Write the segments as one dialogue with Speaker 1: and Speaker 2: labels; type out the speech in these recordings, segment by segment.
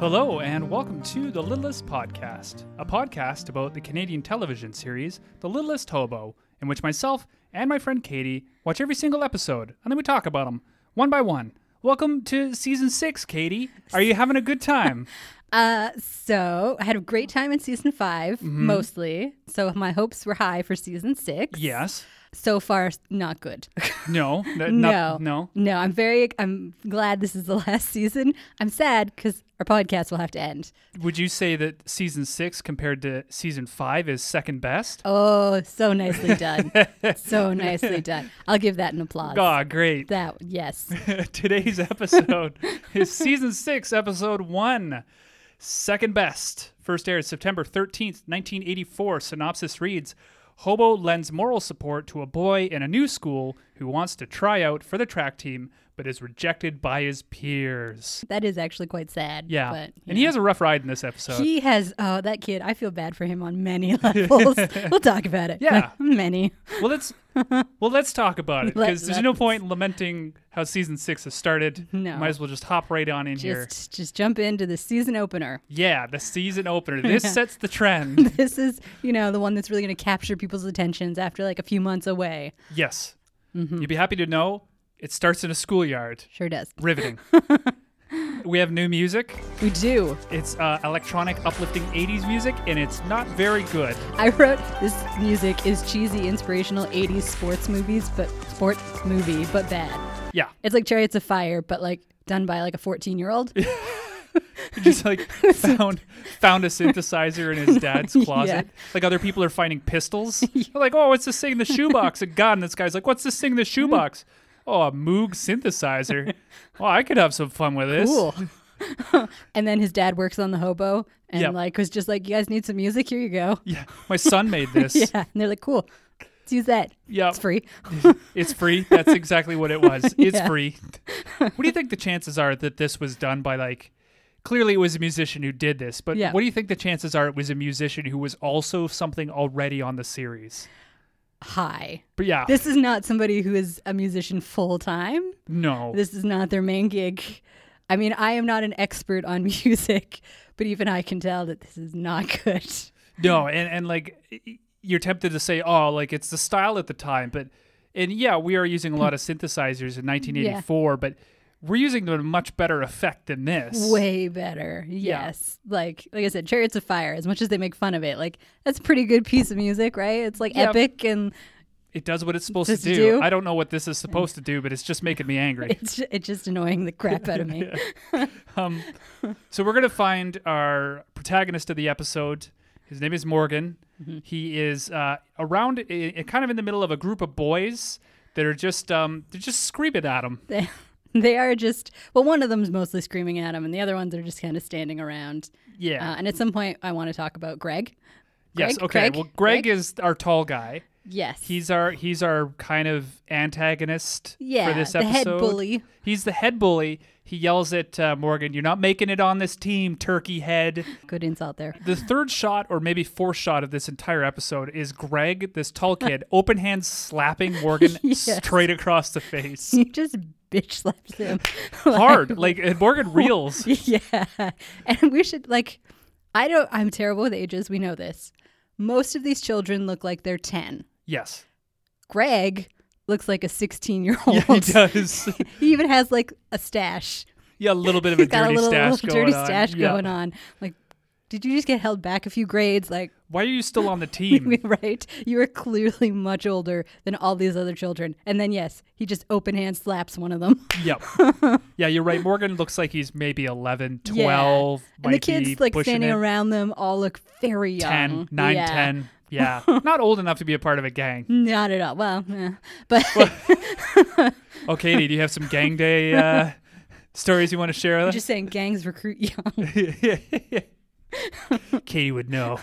Speaker 1: Hello, and welcome to The Littlest Podcast, a podcast about the Canadian television series The Littlest Hobo, in which myself and my friend Katie watch every single episode, and then we talk about them one by one. Welcome to season six, Katie. Are you having a good time?
Speaker 2: Uh, so I had a
Speaker 1: Mm.
Speaker 2: great time in season 5
Speaker 1: Mm-hmm.
Speaker 2: mostly. So my hopes were high for season six.
Speaker 1: yes.
Speaker 2: So far, s- not good.
Speaker 1: No. N- not-
Speaker 2: no,
Speaker 1: No.
Speaker 2: no. I'm very. I'm glad this is the last season. I'm sad because our podcast will have to end.
Speaker 1: Would you say that season six compared to season five is second best?
Speaker 2: Oh, so nicely done. so nicely done. I'll give that an applause.
Speaker 1: Ah, great.
Speaker 2: That yes.
Speaker 1: Today's episode is season six, episode one, second best. First aired September 13th, 1984. Synopsis reads Hobo lends moral support to a boy in a new school who wants to try out for the track team but is rejected by his peers.
Speaker 2: That is actually quite sad.
Speaker 1: Yeah.
Speaker 2: But
Speaker 1: And he has a rough ride in this episode.
Speaker 2: He has, oh, that kid. I feel bad for him on many levels. we'll talk about it.
Speaker 1: Yeah.
Speaker 2: many.
Speaker 1: well, let's well let's talk about it
Speaker 2: Let-
Speaker 1: because there's
Speaker 2: let-
Speaker 1: no point in lamenting how season six has started.
Speaker 2: No.
Speaker 1: Might as well just hop right on in here.
Speaker 2: Just, just jump into the season opener.
Speaker 1: Yeah, the season opener. This sets the trend.
Speaker 2: This is, you know, the one that's really going to capture people's attentions after like a few months away.
Speaker 1: Yes.
Speaker 2: Mm-hmm.
Speaker 1: You'd be happy to know it starts in a schoolyard.
Speaker 2: Sure does.
Speaker 1: Riveting. we have new music.
Speaker 2: We do.
Speaker 1: It's uh, electronic, uplifting 80s music, and it's not very good.
Speaker 2: I wrote this music is cheesy, inspirational '80s sports movies, but sports movie, but bad.
Speaker 1: Yeah.
Speaker 2: It's like Chariots of Fire, but like done by like a 14-year-old.
Speaker 1: He just like found found a synthesizer in his dad's closet. Like other people are finding pistols. They're like, oh, what's this thing in the shoebox? A gun. This guy's like, what's this thing in the shoebox? Oh, a Moog synthesizer. Oh, I could have some fun with this.
Speaker 2: Cool. and then his dad works on the hobo and
Speaker 1: Yep.
Speaker 2: like was just like, "You guys need some music? Here you go."
Speaker 1: Yeah. My son made this.
Speaker 2: Yeah, and they're like, "Cool, let's use that.
Speaker 1: Yeah.
Speaker 2: It's free."
Speaker 1: It's free. That's exactly what it was. It's
Speaker 2: Yeah.
Speaker 1: free. What do you think the chances are that this was done by like clearly it was a musician who did this, but
Speaker 2: Yeah.
Speaker 1: what do you think the chances are it was a musician who was also something already on the series?
Speaker 2: Hi.
Speaker 1: But yeah.
Speaker 2: This is not somebody who is a musician full time.
Speaker 1: no.
Speaker 2: This is not their main gig. I mean, I am not an expert on music, but even I can tell that this is not good.
Speaker 1: No, and and like y- y- you're tempted to say, "Oh, like it's the style at the time," but and yeah, we are using a lot of synthesizers in 1984, but we're using them to a much better effect than this.
Speaker 2: Way better.
Speaker 1: Yeah.
Speaker 2: Yes. Like like I said, Chariots of Fire, as much as they make fun of it, like that's a pretty good piece of music, right? It's like
Speaker 1: Yeah.
Speaker 2: epic and
Speaker 1: It does what it's supposed
Speaker 2: Supposed
Speaker 1: to
Speaker 2: to
Speaker 1: do.
Speaker 2: do.
Speaker 1: I don't know what this is supposed to do, but it's just making me angry.
Speaker 2: it's it's just annoying the crap out of me.
Speaker 1: Um, so we're gonna find our protagonist of the episode. His name is Morgan.
Speaker 2: Mm-hmm.
Speaker 1: He is uh, around, i i- kind of in the middle of a group of boys that are just um, they're just screaming at him.
Speaker 2: They, they are just well, one of them's mostly screaming at him and the other ones are just kind of standing around.
Speaker 1: Yeah.
Speaker 2: Uh, and at some point I want to talk about Greg.
Speaker 1: yes.
Speaker 2: Greg?
Speaker 1: Okay.
Speaker 2: Greg?
Speaker 1: Well, Greg,
Speaker 2: Greg?
Speaker 1: is our tall guy.
Speaker 2: Yes.
Speaker 1: He's our he's our kind of antagonist
Speaker 2: yeah,
Speaker 1: for this
Speaker 2: the
Speaker 1: episode.
Speaker 2: head bully.
Speaker 1: He's the head bully. He yells at uh, Morgan, "You're not making it on this team, turkey head."
Speaker 2: Good insult there.
Speaker 1: The third shot, or maybe fourth shot of this entire episode, is Greg, this tall kid, open hand slapping Morgan
Speaker 2: Yes.
Speaker 1: straight across the face.
Speaker 2: He just bitch slaps him. Like,
Speaker 1: Hard. Like, and Morgan reels.
Speaker 2: yeah. And we should like I don't I'm terrible with ages, we know this. Most of these children look like they're 10.
Speaker 1: Yes.
Speaker 2: Greg looks like a 16-year-old.
Speaker 1: Yeah, he does.
Speaker 2: He even has like a stash.
Speaker 1: Yeah, a little bit of a
Speaker 2: He's got a
Speaker 1: dirty
Speaker 2: little,
Speaker 1: stash
Speaker 2: little
Speaker 1: going
Speaker 2: dirty
Speaker 1: on.
Speaker 2: stash
Speaker 1: Yeah.
Speaker 2: going on. Like did you just get held back a few grades like
Speaker 1: Why are you still on the team?
Speaker 2: right? You are clearly much older than all these other children. And then yes, he just open hand slaps one of them.
Speaker 1: yep. Yeah, you're right. Morgan looks like he's maybe 11,
Speaker 2: Yeah.
Speaker 1: 12.
Speaker 2: And the
Speaker 1: might be
Speaker 2: kids like
Speaker 1: pushing
Speaker 2: standing
Speaker 1: it.
Speaker 2: around them all look very young.
Speaker 1: 10, 9,
Speaker 2: yeah.
Speaker 1: 10. Yeah. Not old enough to be a part of a gang.
Speaker 2: Not at all. Well, eh. but
Speaker 1: Oh, Katie, do you have some gang day uh, stories you want to share with
Speaker 2: I'm
Speaker 1: us?
Speaker 2: just saying gangs recruit young.
Speaker 1: Katie would know.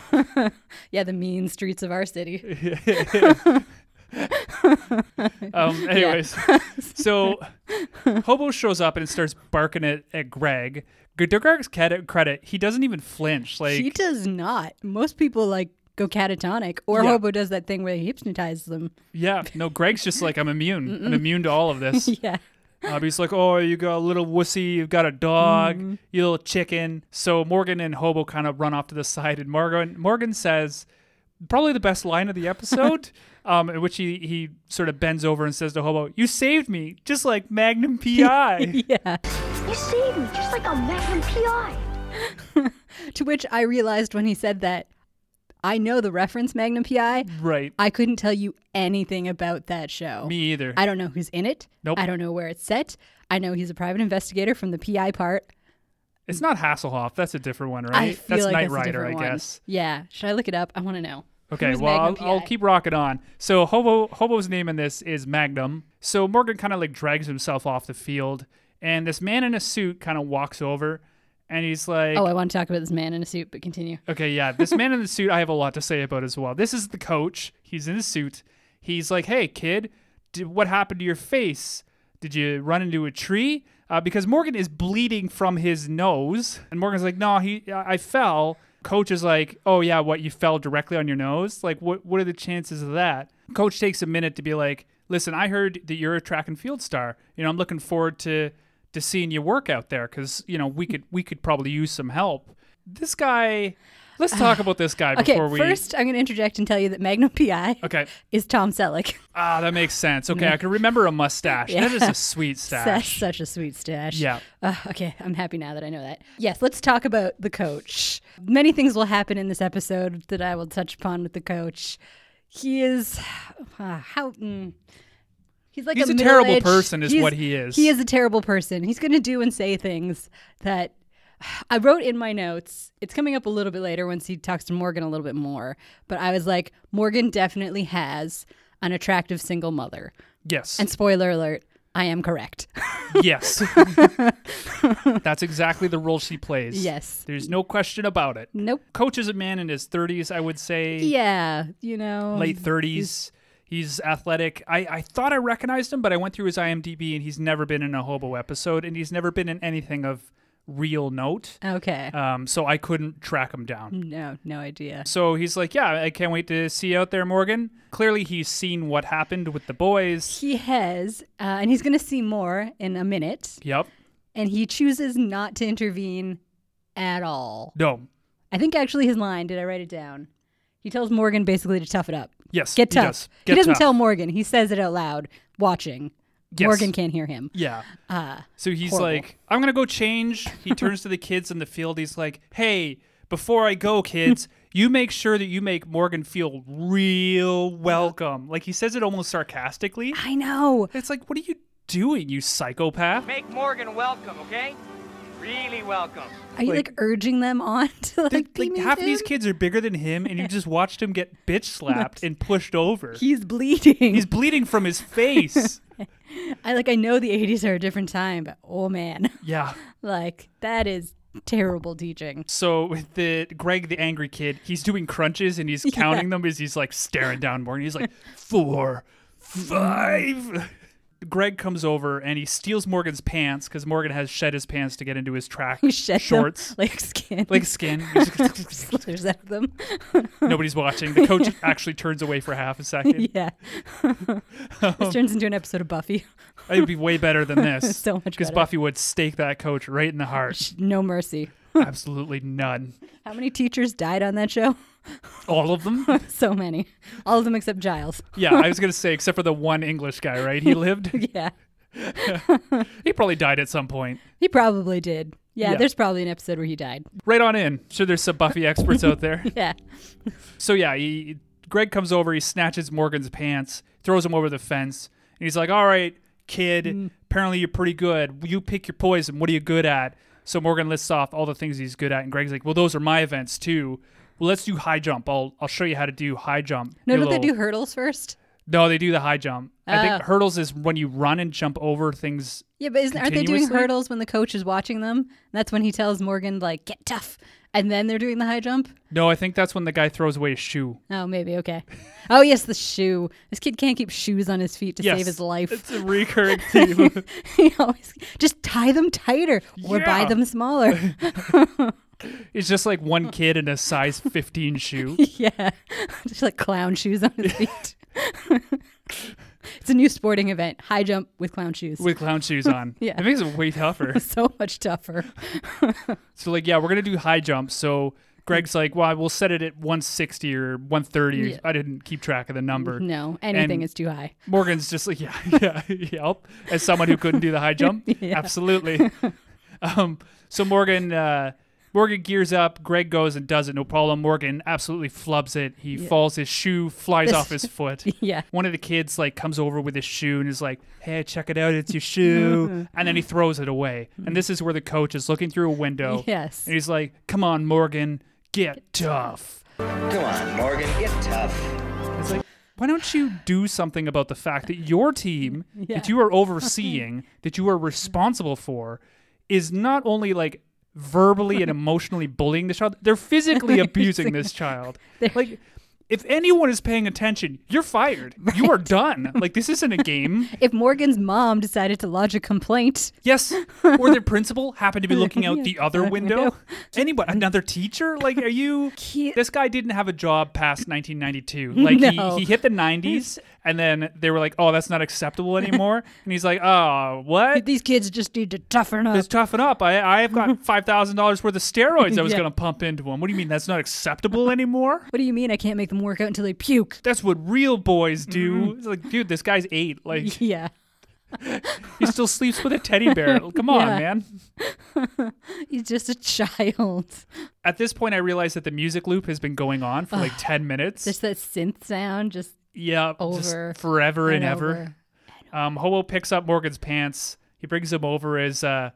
Speaker 2: yeah, the mean streets of our city.
Speaker 1: Um, anyways, so Hobo shows up and starts barking at, at Greg. G- To Greg's credit, credit, he doesn't even flinch. Like,
Speaker 2: he does not. Most people like go catatonic or
Speaker 1: Yeah.
Speaker 2: Hobo does that thing where he hypnotizes them.
Speaker 1: yeah, no, Greg's just like, I'm immune. I'm immune to all of this.
Speaker 2: Yeah.
Speaker 1: Uh, but he's like, "Oh, you got a little wussy. You've got a dog.
Speaker 2: Mm-hmm.
Speaker 1: You little chicken." So Morgan and Hobo kind of run off to the side, and Morgan Morgan says, probably the best line of the episode, um, in which he he sort of bends over and says to Hobo, "You saved me, just like Magnum PI."
Speaker 2: yeah.
Speaker 3: You saved me, just like a Magnum PI.
Speaker 2: To which I realized when he said that, I know the reference Magnum PI.
Speaker 1: right.
Speaker 2: I couldn't tell you anything about that show.
Speaker 1: Me either.
Speaker 2: I don't know who's in it.
Speaker 1: Nope.
Speaker 2: I don't know where it's set. I know he's a private investigator from the PI part.
Speaker 1: it's not Hasselhoff. That's a different one, right?
Speaker 2: I feel
Speaker 1: that's
Speaker 2: like
Speaker 1: Knight
Speaker 2: that's a
Speaker 1: Rider, I
Speaker 2: different one.
Speaker 1: guess.
Speaker 2: Yeah. Should I look it up? I want to know.
Speaker 1: Okay,
Speaker 2: Who's
Speaker 1: well, I'll,
Speaker 2: Magnum
Speaker 1: I'll
Speaker 2: PI?
Speaker 1: keep rocking on. So Hobo Hobo's name in this is Magnum. So Morgan kind of like drags himself off the field, and this man in a suit kind of walks over, and he's like,
Speaker 2: Oh, I want to talk about this man in a suit, but continue.
Speaker 1: Okay, yeah. This man in the suit, I have a lot to say about as well. This is the coach. He's in his suit. He's like, hey, kid, did, what happened to your face? Did you run into a tree? Uh, because Morgan is bleeding from his nose. And Morgan's like, no, he, I I fell. Coach is like, oh, yeah, what? You fell directly on your nose? Like, what, what are the chances of that? Coach takes a minute to be like, listen, I heard that you're a track and field star. You know, I'm looking forward to to seeing you work out there because you know we could we could probably use some help this guy let's talk about this guy
Speaker 2: Okay,
Speaker 1: before we
Speaker 2: first I'm going to interject and tell you that Magnum PI
Speaker 1: okay
Speaker 2: is Tom Selleck.
Speaker 1: ah that makes sense okay i can remember a mustache that is
Speaker 2: Yeah.
Speaker 1: a sweet
Speaker 2: That's
Speaker 1: stash
Speaker 2: such a sweet stash.
Speaker 1: Yeah.
Speaker 2: Uh, okay, I'm happy now that I know that. Yes, let's talk about the coach. Many things will happen in this episode that I will touch upon with the coach. He is uh, how mm, he's like
Speaker 1: He's a terrible
Speaker 2: middle-aged-
Speaker 1: person is
Speaker 2: he's-
Speaker 1: what he is.
Speaker 2: He is a terrible person. He's going to do and say things that I wrote in my notes. It's coming up a little bit later once he talks to Morgan a little bit more. But I was like, Morgan definitely has an attractive single mother.
Speaker 1: yes
Speaker 2: And spoiler alert, I am correct.
Speaker 1: yes that's exactly the role she plays
Speaker 2: Yes.
Speaker 1: there's no question about it
Speaker 2: Nope.
Speaker 1: coach is a man in his 30s i would say
Speaker 2: Yeah, um, you know.
Speaker 1: late 30s he's, athletic I, I thought i recognized him but i went through his imdb and he's never been in a hobo episode and he's never been in anything of real note
Speaker 2: Okay.
Speaker 1: um, so i couldn't track him down
Speaker 2: no, no idea.
Speaker 1: So he's like, "Yeah, I can't wait to see you out there, Morgan." Clearly, he's seen what happened with the boys.
Speaker 2: He has, uh, and he's going to see more in a minute,
Speaker 1: Yep.
Speaker 2: and he chooses not to intervene at all.
Speaker 1: No.
Speaker 2: I think actually his line, did I write it down? He tells Morgan basically to tough it up.
Speaker 1: Yes.
Speaker 2: Get
Speaker 1: he
Speaker 2: tough.
Speaker 1: does. Get
Speaker 2: he doesn't
Speaker 1: tough.
Speaker 2: tell Morgan. He says it out loud, watching.
Speaker 1: Yes.
Speaker 2: Morgan can't hear him.
Speaker 1: Yeah.
Speaker 2: Uh,
Speaker 1: So he's
Speaker 2: Horrible.
Speaker 1: like, "I'm gonna go change." He turns to the kids in the field. He's like, "Hey, before I go, kids." You make sure that you make Morgan feel real welcome. Like he says it almost sarcastically.
Speaker 2: I know.
Speaker 1: It's like, what are you doing, you psychopath?
Speaker 4: Make Morgan welcome, okay? Really welcome.
Speaker 2: Are you like,
Speaker 1: Like-
Speaker 2: urging them on to like,
Speaker 1: Like,
Speaker 2: be
Speaker 1: like,
Speaker 2: mean
Speaker 1: half
Speaker 2: to
Speaker 1: of these
Speaker 2: him?
Speaker 1: kids are bigger than him, and you just watched him get bitch slapped and pushed over.
Speaker 2: He's bleeding.
Speaker 1: He's bleeding from his face.
Speaker 2: I like I know the 80s are a different time, but oh man.
Speaker 1: yeah.
Speaker 2: Like that is terrible teaching.
Speaker 1: So with the Greg the angry kid, he's doing crunches and he's counting them as he's like staring down Morgan. He's like four, five. Greg comes over and he steals Morgan's pants because Morgan has shed his pants to get into his track
Speaker 2: You shed them
Speaker 1: shorts.
Speaker 2: like skin.
Speaker 1: Like skin.
Speaker 2: slithers out of them.
Speaker 1: Nobody's watching. The coach actually turns away for half a second.
Speaker 2: yeah. this
Speaker 1: Um,
Speaker 2: turns into an episode of Buffy.
Speaker 1: It would be way better than this.
Speaker 2: So much
Speaker 1: Because
Speaker 2: better.
Speaker 1: Buffy would stake that coach right in the heart.
Speaker 2: No mercy.
Speaker 1: Absolutely none.
Speaker 2: How many teachers died on that show?
Speaker 1: All of them?
Speaker 2: So many. All of them except Giles.
Speaker 1: Yeah, I was going to say, except for the one English guy, right? He lived.
Speaker 2: Yeah.
Speaker 1: He probably died at some point.
Speaker 2: He probably did. Yeah,
Speaker 1: Yeah.
Speaker 2: there's probably an episode where he died.
Speaker 1: Right on in. Sure, there's some Buffy experts out there.
Speaker 2: Yeah.
Speaker 1: So yeah, he, Greg comes over. He snatches Morgan's pants, throws him over the fence, and he's like, "All right, kid.
Speaker 2: Mm.
Speaker 1: Apparently you're pretty good. You pick your poison. What are you good at?" So Morgan lists off all the things he's good at, and Greg's like, "Well, those are my events too. Well, let's do high jump. I'll I'll show you how to do high jump."
Speaker 2: No,
Speaker 1: you
Speaker 2: don't they
Speaker 1: little-
Speaker 2: do hurdles first?
Speaker 1: No, they do the high jump. I think
Speaker 2: Oh.
Speaker 1: hurdles is when you run and jump over things.
Speaker 2: Yeah, but isn't, aren't they doing
Speaker 1: Continuously?
Speaker 2: hurdles when the coach is watching them? And that's when he tells Morgan, like, get tough. And then they're doing the high jump?
Speaker 1: No, I think that's when the guy throws away his shoe.
Speaker 2: Oh, maybe. Okay. Oh, yes, the shoe. This kid can't keep shoes on his feet to
Speaker 1: Yes.
Speaker 2: save his life.
Speaker 1: It's a recurring theme.
Speaker 2: he always just tie them tighter or buy
Speaker 1: Yeah.
Speaker 2: them smaller.
Speaker 1: It's just like one kid in a size 15 shoe.
Speaker 2: yeah. just like clown shoes on his feet. It's a new sporting event, high jump with clown shoes.
Speaker 1: with clown shoes on.
Speaker 2: Yeah.
Speaker 1: It makes it way tougher.
Speaker 2: so much tougher.
Speaker 1: so, like, yeah, we're going to do high jump. So Greg's like, well, we'll set it at 160 or 130.
Speaker 2: Yeah.
Speaker 1: I didn't keep track of the number.
Speaker 2: No, anything
Speaker 1: And-
Speaker 2: is too high.
Speaker 1: Morgan's just like, yeah, yeah, yep. As someone who couldn't do the high jump,
Speaker 2: Yeah.
Speaker 1: absolutely. Um, so Morgan, uh, Morgan gears up. Greg goes and does it, no problem. Morgan absolutely flubs it. He falls. His shoe flies off his foot.
Speaker 2: Yeah.
Speaker 1: One of the kids like comes over with his shoe and is like, "Hey, check it out! It's your shoe!" and then he throws it away. And this is where the coach is looking through a window.
Speaker 2: Yes.
Speaker 1: And he's like, "Come on, Morgan, get tough."
Speaker 5: Come on, Morgan, get tough.
Speaker 1: It's like, why don't you do something about the fact that your team that you are overseeing, that you are responsible for, is not only like verbally and emotionally bullying this child, they're physically abusing this child. Like, if anyone is paying attention, you're fired. You are done. Like, this isn't a game.
Speaker 2: If Morgan's mom decided to lodge a complaint,
Speaker 1: Yes. Or their principal happened to be looking out the other window. Anyone, another teacher? Like, are you.
Speaker 2: He-
Speaker 1: This guy didn't have a job past 1992. Like,
Speaker 2: No.
Speaker 1: he, he hit the 90s, and then they were like, oh, that's not acceptable anymore. And he's like, oh, what?
Speaker 2: these kids just need to toughen up.
Speaker 1: Let's toughen up. I, I've got $5,000 worth of steroids I was
Speaker 2: Yeah.
Speaker 1: going to pump into him. What do you mean that's not acceptable anymore?
Speaker 2: What do you mean I can't make them work out until they puke?
Speaker 1: That's what real boys
Speaker 2: Mm-hmm.
Speaker 1: do. It's like, dude, this guy's eight. Like,
Speaker 2: Yeah.
Speaker 1: he still sleeps with a teddy bear. Come on,
Speaker 2: Yeah.
Speaker 1: man.
Speaker 2: He's just a child.
Speaker 1: At this point, I realized that the music loop has been going on for like 10 minutes.
Speaker 2: Just that synth sound, just
Speaker 1: yeah,
Speaker 2: over
Speaker 1: just forever and, ever.
Speaker 2: over.
Speaker 1: Um, Hobo picks up Morgan's pants. He brings him over as uh,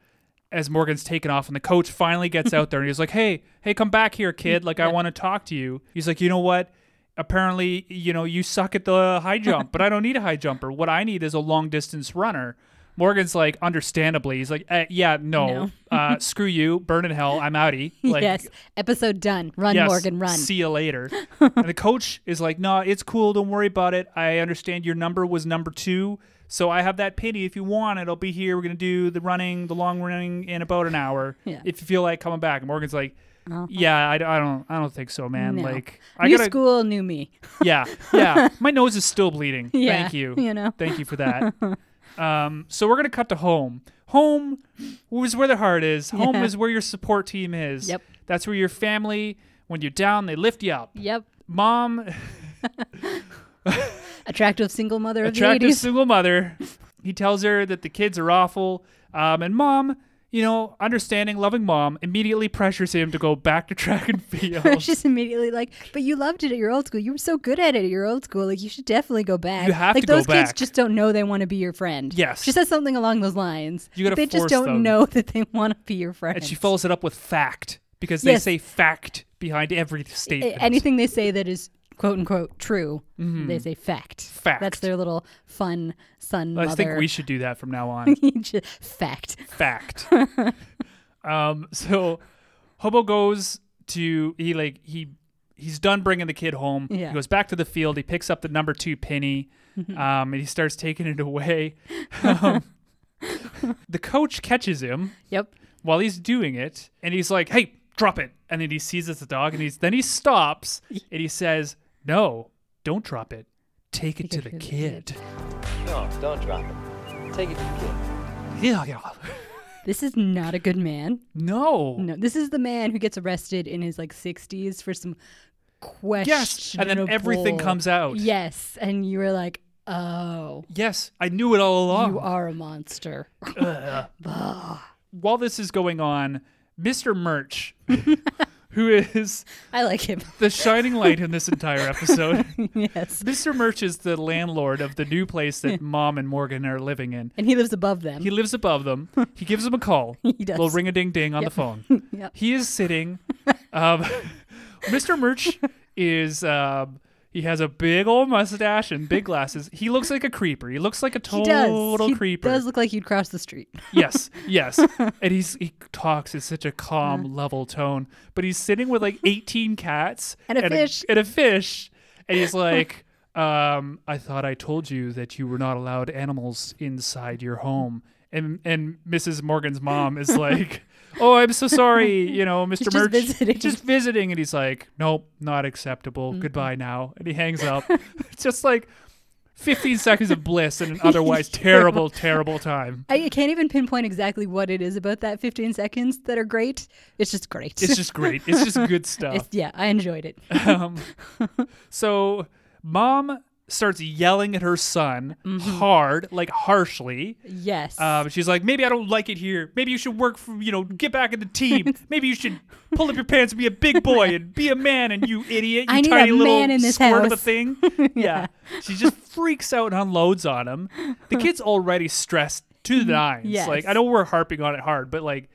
Speaker 1: as Morgan's taken off, and the coach finally gets out there and he's like, "Hey, hey, come back here, kid. Like, I want to talk to you." He's like, "You know what? Apparently, you know, you suck at the high jump, but I don't need a high jumper. What I need is a long distance runner." Morgan's like, understandably, he's like, eh, "Yeah, no, uh, screw you, burn in hell, I'm outie." Like,
Speaker 2: yes. Episode done. Run,
Speaker 1: Yes,
Speaker 2: Morgan, run.
Speaker 1: See you later. and the coach is like, no, it's cool. Don't worry about it. I understand your number was number two. So I have that pity. If you want it, I'll be here. We're going to do the running, the long running in about an hour.
Speaker 2: Yeah. Uh-huh.
Speaker 1: If you feel like coming back. And Morgan's like, yeah, I, I don't, I don't think so, man.
Speaker 2: No.
Speaker 1: Like, I
Speaker 2: new
Speaker 1: gotta,
Speaker 2: school, new me.
Speaker 1: yeah, yeah. My nose is still bleeding.
Speaker 2: Yeah,
Speaker 1: Thank you.
Speaker 2: you know.
Speaker 1: Thank you for that. Um, so we're gonna cut to home. Home is where the heart is. Home
Speaker 2: Yeah.
Speaker 1: is where your support team is.
Speaker 2: Yep.
Speaker 1: That's where your family, when you're down, they lift you up.
Speaker 2: Yep.
Speaker 1: Mom,
Speaker 2: Attractive single mother of the
Speaker 1: attractive
Speaker 2: 80s.
Speaker 1: single mother. He tells her that the kids are awful. Um, and mom, you know, understanding, loving mom, immediately pressures him to go back to track and field.
Speaker 2: She's immediately like, but you loved it at your old school. You were so good at it at your old school. Like, you should definitely go back.
Speaker 1: You have
Speaker 2: like,
Speaker 1: to go
Speaker 2: those kids
Speaker 1: back.
Speaker 2: just don't know they want to be your friend.
Speaker 1: Yes.
Speaker 2: She says something along those lines.
Speaker 1: You gotta
Speaker 2: They just
Speaker 1: force
Speaker 2: don't
Speaker 1: them.
Speaker 2: know that they want to be your friend.
Speaker 1: and she follows it up with fact because they
Speaker 2: Yes.
Speaker 1: say fact behind every
Speaker 2: A-
Speaker 1: statement.
Speaker 2: anything they say that is quote unquote true, they say fact.
Speaker 1: Mm-hmm. Fact.
Speaker 2: That's their little fun son
Speaker 1: I
Speaker 2: mother.
Speaker 1: think we should do that from now on.
Speaker 2: Ju- fact.
Speaker 1: Fact. um, so Hobo goes to he like he he's done bringing the kid home.
Speaker 2: Yeah.
Speaker 1: He goes back to the field. He picks up the number two penny, um, and he starts taking it away. Um, the coach catches him
Speaker 2: Yep.
Speaker 1: while he's doing it, and he's like, "Hey, drop it!" And then he sees it's a dog, and he's then he stops and he says, "No, don't drop it. Take it to the kid."
Speaker 5: No, don't drop it. Take it to the kid.
Speaker 1: Yeah, yeah.
Speaker 2: This is not a good man.
Speaker 1: No.
Speaker 2: No, this is the man who gets arrested in his like 60s for some
Speaker 1: Yes,
Speaker 2: questionable.
Speaker 1: and then everything comes out.
Speaker 2: Yes, and you were like, "Oh,
Speaker 1: Yes, I knew it all along.
Speaker 2: you are a monster."
Speaker 1: While this is going on, Mr. Merch, who is
Speaker 2: I like him.
Speaker 1: the shining light in this entire episode,
Speaker 2: yes.
Speaker 1: Mr. Merch is the landlord of the new place that Mom and Morgan are living in.
Speaker 2: And he lives above them.
Speaker 1: He lives above them. He gives them a call.
Speaker 2: He does.
Speaker 1: Little ring a ding ding on the phone.
Speaker 2: Yep.
Speaker 1: He is sitting. Um, Mr. Merch is. Um, he has a big old mustache and big glasses. He looks like a creeper. He looks like a
Speaker 2: He
Speaker 1: total
Speaker 2: does. he
Speaker 1: creeper.
Speaker 2: does look like he'd cross the street.
Speaker 1: yes, yes. And he's he talks in such a calm, level tone. But he's sitting with like eighteen cats
Speaker 2: And a fish.
Speaker 1: and a fish, and he's like, um, "I thought I told you that you were not allowed animals inside your home." And and Mrs. Morgan's mom is like. Oh, I'm so sorry. You know, Mr.
Speaker 2: just
Speaker 1: Merch
Speaker 2: visiting.
Speaker 1: just visiting, and he's like, "Nope, not acceptable. Goodbye now." And he hangs up. It's just like 15 seconds of bliss in an otherwise terrible, terrible time.
Speaker 2: I I can't even pinpoint exactly what it is about that 15 seconds that are great. It's just great.
Speaker 1: It's just great. It's just good stuff.
Speaker 2: It's- yeah, I enjoyed it.
Speaker 1: Um, so, mom starts yelling at her son hard, like harshly.
Speaker 2: Mm-hmm. Yes.
Speaker 1: Um, she's like, maybe I don't like it here. Maybe you should work for, you know, get back in the team. Maybe you should pull up your pants and be a big boy and be a man. And you idiot, you
Speaker 2: I need a
Speaker 1: tiny little
Speaker 2: man in this
Speaker 1: squirt of a
Speaker 2: house.
Speaker 1: thing. yeah. she just freaks out and unloads on him. The kid's already stressed to the nines.
Speaker 2: Mm-hmm. Yes.
Speaker 1: Like I know we're harping on it hard, but like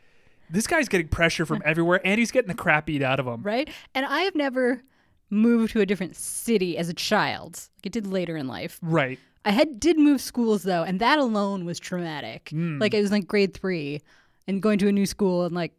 Speaker 1: this guy's getting pressure from everywhere, and he's getting the crap beat out of him.
Speaker 2: right? And I have never moved to a different city as a child. Like it did later in life.
Speaker 1: Right.
Speaker 2: I had did move schools though, and that alone was traumatic.
Speaker 1: Hmm.
Speaker 2: Like it was like grade three, and going to a new school and like,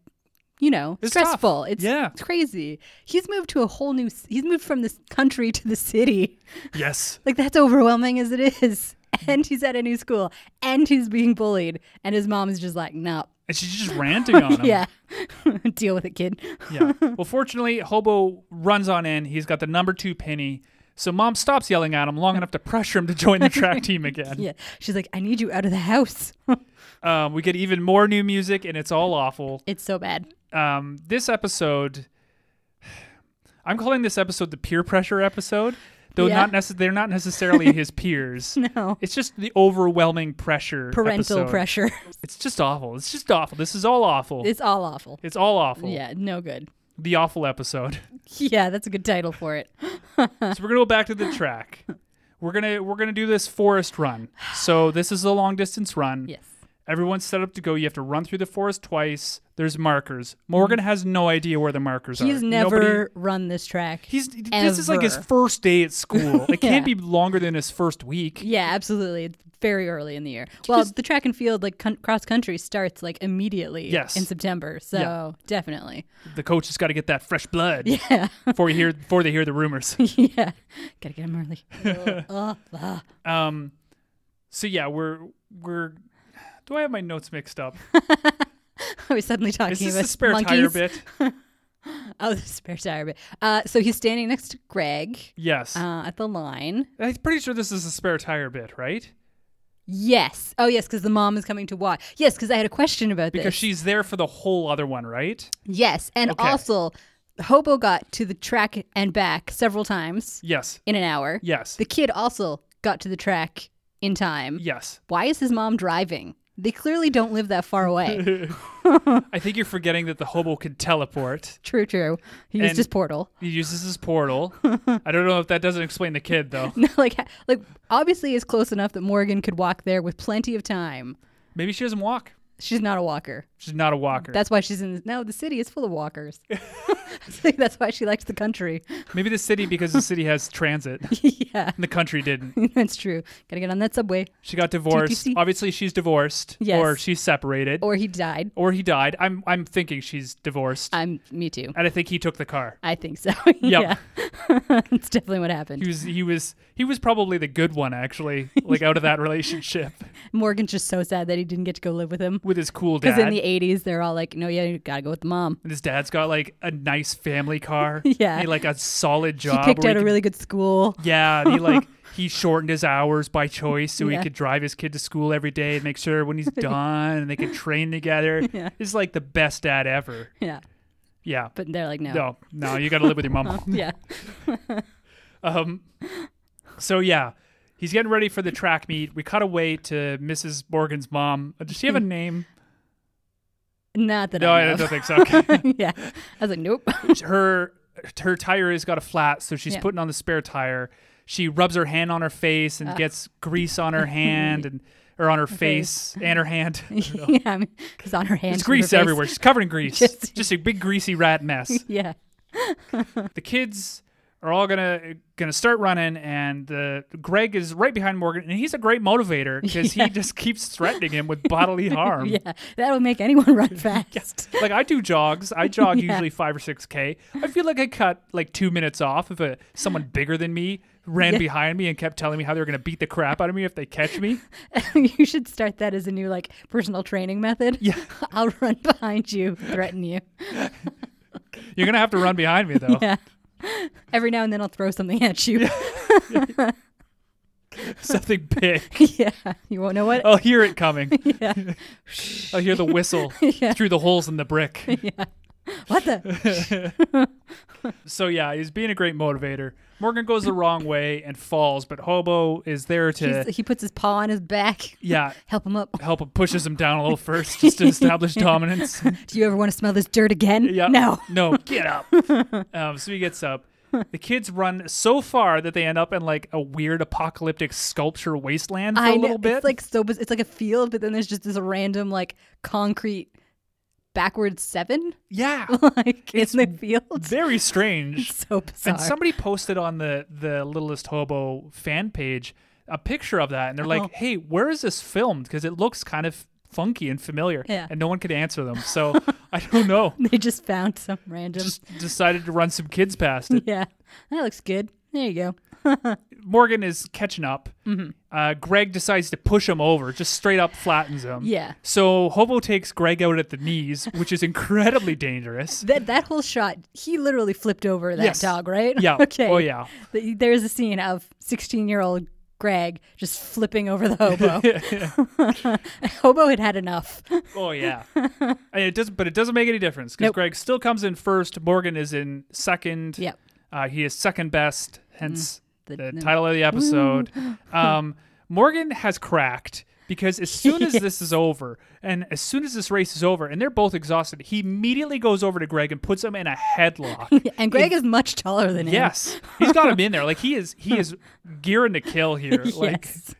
Speaker 2: you know,
Speaker 1: It's tough.
Speaker 2: stressful. It's
Speaker 1: Yeah.
Speaker 2: it's crazy. He's moved to a whole new. c- He's moved from this country to the city.
Speaker 1: Yes.
Speaker 2: Like that's overwhelming as it is. And he's at a new school, and he's being bullied, and his mom is just like, no,
Speaker 1: And she's just ranting on him.
Speaker 2: yeah, deal with it, kid.
Speaker 1: yeah. Well, fortunately, Hobo runs on in. He's got the number two penny. So mom stops yelling at him long enough to pressure him to join the track team again.
Speaker 2: Yeah, she's like, I need you out of the house.
Speaker 1: Um, we get even more new music, and it's all awful.
Speaker 2: it's so bad.
Speaker 1: Um, this episode, I'm calling this episode the peer pressure episode, though
Speaker 2: Yeah.
Speaker 1: not necess- they're not necessarily his peers.
Speaker 2: No.
Speaker 1: It's just the overwhelming pressure.
Speaker 2: Oh, Parental
Speaker 1: episode.
Speaker 2: pressure.
Speaker 1: It's just awful. It's just awful. This is all awful. It's,
Speaker 2: it's all awful.
Speaker 1: all awful.
Speaker 2: Yeah, no good.
Speaker 1: The awful episode.
Speaker 2: Yeah, that's a good title for it.
Speaker 1: So we're gonna go back to the track. We're gonna we're gonna do this forest run. So this is a long distance run.
Speaker 2: Yes.
Speaker 1: Everyone's set up to go. You have to run through the forest twice. There's markers. Morgan has no idea where the markers are.
Speaker 2: Mm-hmm. He's never
Speaker 1: Nobody-
Speaker 2: run this track.
Speaker 1: he's this is like his
Speaker 2: ever.
Speaker 1: first day at school. It can't
Speaker 2: Yeah.
Speaker 1: be longer than his first week.
Speaker 2: Yeah, absolutely. It's very early in the year. Well, the track and field like con- cross country starts like immediately
Speaker 1: Yes.
Speaker 2: in September. So,
Speaker 1: Yeah.
Speaker 2: definitely.
Speaker 1: The coach has got to get that fresh blood
Speaker 2: Yeah.
Speaker 1: before you hear before they hear the rumors.
Speaker 2: yeah. Got to get him early. Ugh, ugh.
Speaker 1: Um, so yeah, we're we're. Do I have my notes mixed up?
Speaker 2: I was suddenly talking
Speaker 1: Is this
Speaker 2: about
Speaker 1: the spare
Speaker 2: monkeys.
Speaker 1: tire bit?
Speaker 2: Oh, the spare tire bit. Uh, so he's standing next to Greg
Speaker 1: Yes.
Speaker 2: uh, at the line.
Speaker 1: I'm pretty sure this is the spare tire bit, right?
Speaker 2: Yes. Oh, yes, because the mom is coming to watch. Yes, because I had a question about this.
Speaker 1: Because she's there for the whole other one, right?
Speaker 2: Yes, and
Speaker 1: Okay.
Speaker 2: also, Hobo got to the track and back several times
Speaker 1: Yes.
Speaker 2: in an hour.
Speaker 1: Yes.
Speaker 2: The kid also got to the track in time.
Speaker 1: yes.
Speaker 2: Why is his mom driving? They clearly don't live that far away.
Speaker 1: I think you're forgetting that the hobo can teleport.
Speaker 2: true, true. He used
Speaker 1: And-
Speaker 2: his portal.
Speaker 1: He uses his portal. I don't know if that doesn't explain the kid though.
Speaker 2: No, like, like obviously, it's close enough that Morgan could walk there with plenty of time.
Speaker 1: Maybe she doesn't walk.
Speaker 2: She's not a walker.
Speaker 1: She's not a walker.
Speaker 2: That's why she's in. No, the city is full of walkers. I think that's why she likes the country.
Speaker 1: Maybe the city because the city has transit. and
Speaker 2: yeah,
Speaker 1: The country didn't.
Speaker 2: that's true. Gotta get on that subway.
Speaker 1: She got divorced.
Speaker 2: TTC.
Speaker 1: Obviously she's divorced.
Speaker 2: Yes.
Speaker 1: Or she's separated. Or,
Speaker 2: Or he died.
Speaker 1: he died. I'm I'm thinking she's divorced.
Speaker 2: I'm me too.
Speaker 1: and I think he took the car.
Speaker 2: I think so. yeah. That's definitely what happened.
Speaker 1: He was he was he was probably the good one actually, like out of that relationship
Speaker 2: Morgan's just so sad that he didn't get to go live with him.
Speaker 1: with his cool dad.
Speaker 2: Because in the 80s, they're all like, no, yeah, you gotta go with the mom.
Speaker 1: And his dad's got like a nice family car.
Speaker 2: Yeah.
Speaker 1: And he, like a solid
Speaker 2: She
Speaker 1: job.
Speaker 2: kicked
Speaker 1: where
Speaker 2: out
Speaker 1: he
Speaker 2: a
Speaker 1: could-
Speaker 2: really good school.
Speaker 1: Yeah. And he like he shortened his hours by choice so
Speaker 2: Yeah.
Speaker 1: he could drive his kid to school every day and make sure when he's done and they could train together.
Speaker 2: Yeah.
Speaker 1: He's like the best dad ever.
Speaker 2: Yeah.
Speaker 1: Yeah.
Speaker 2: But they're like, no.
Speaker 1: No, no, you gotta live with your mom.
Speaker 2: Yeah.
Speaker 1: Um so yeah. He's getting ready for the track meet. We cut away to Mrs. Morgan's mom. Does she have a name?
Speaker 2: Not that
Speaker 1: No,
Speaker 2: I
Speaker 1: I
Speaker 2: know.
Speaker 1: don't think so. Okay.
Speaker 2: think. yeah. I was like, nope.
Speaker 1: her her tire has got a flat, so she's
Speaker 2: Yeah.
Speaker 1: putting on the spare tire. She rubs her hand on her face and gets grease on her hand and or on her face and her hand.
Speaker 2: yeah. I mean, it's on her hands.
Speaker 1: There's grease everywhere. She's covered in grease.
Speaker 2: Just-
Speaker 1: Just, a big greasy rat mess.
Speaker 2: Yeah.
Speaker 1: the kids are all gonna gonna start running, and uh, Greg is right behind Morgan, and he's a great motivator because he just keeps threatening him with bodily harm.
Speaker 2: Yeah. That'll make anyone run fast.
Speaker 1: Like I do jogs. I jog
Speaker 2: Yeah.
Speaker 1: usually five or six k. I feel like I cut like two minutes off if a someone bigger than me ran behind me and kept telling me how they're gonna beat the crap out of me if they catch me.
Speaker 2: you should start that as a new, like, personal training method.
Speaker 1: Yeah.
Speaker 2: I'll run behind you, threaten you.
Speaker 1: You're gonna have to run behind me though.
Speaker 2: Yeah. Every now and then I'll throw something at you.
Speaker 1: something big.
Speaker 2: yeah, you won't know what.
Speaker 1: I'll hear it coming.
Speaker 2: Yeah.
Speaker 1: I'll hear the whistle
Speaker 2: Yeah.
Speaker 1: through the holes in the brick.
Speaker 2: What the?
Speaker 1: So yeah, he's being a great motivator. Morgan goes the wrong way and falls, but Hobo is there to
Speaker 2: He's, he puts his paw on his back.
Speaker 1: yeah
Speaker 2: Help him up.
Speaker 1: help him pushes him down a little first just to establish dominance.
Speaker 2: Do you ever want to smell this dirt again?
Speaker 1: Yeah.
Speaker 2: No.
Speaker 1: No, get up. um, so he gets up. The kids run so far that they end up in like a weird apocalyptic sculpture wasteland for a
Speaker 2: I
Speaker 1: little
Speaker 2: know.
Speaker 1: bit.
Speaker 2: It's like so. biz- It's like a field, but then there's just this random like concrete backward seven,
Speaker 1: yeah,
Speaker 2: like in the field.
Speaker 1: very strange.
Speaker 2: So bizarre.
Speaker 1: and somebody posted on the the Littlest Hobo fan page a picture of that, and they're
Speaker 2: Oh.
Speaker 1: like, "Hey, where is this filmed? Because it looks kind of funky and familiar."
Speaker 2: Yeah.
Speaker 1: and no one could answer them, so I don't know.
Speaker 2: they just found some random.
Speaker 1: Just decided to run some kids past it.
Speaker 2: yeah, that looks good. There you go.
Speaker 1: Morgan is catching up.
Speaker 2: Mm-hmm.
Speaker 1: Uh, Greg decides to push him over, just straight up flattens him.
Speaker 2: Yeah.
Speaker 1: So Hobo takes Greg out at the knees, which is incredibly dangerous.
Speaker 2: That that whole shot, he literally flipped over that
Speaker 1: Yes.
Speaker 2: dog, right?
Speaker 1: Yeah.
Speaker 2: okay.
Speaker 1: Oh, yeah.
Speaker 2: Th- There is a scene of 16 year old Greg just flipping over the hobo. hobo had had enough.
Speaker 1: Oh yeah, And it doesn't. But it doesn't make any difference because
Speaker 2: Nope.
Speaker 1: Greg still comes in first. Morgan is in second.
Speaker 2: Yep.
Speaker 1: uh, he is second best. Hence
Speaker 2: Mm-hmm. The-
Speaker 1: the,
Speaker 2: the-
Speaker 1: title of the episode. um, Morgan has cracked because as soon as this is over, and as soon as this race is over, and they're both exhausted, he immediately goes over to Greg and puts him in a headlock.
Speaker 2: And Greg is much taller than him.
Speaker 1: yes, he's got him in there. Like he is. He is gearing to kill here. Like.
Speaker 2: Yes.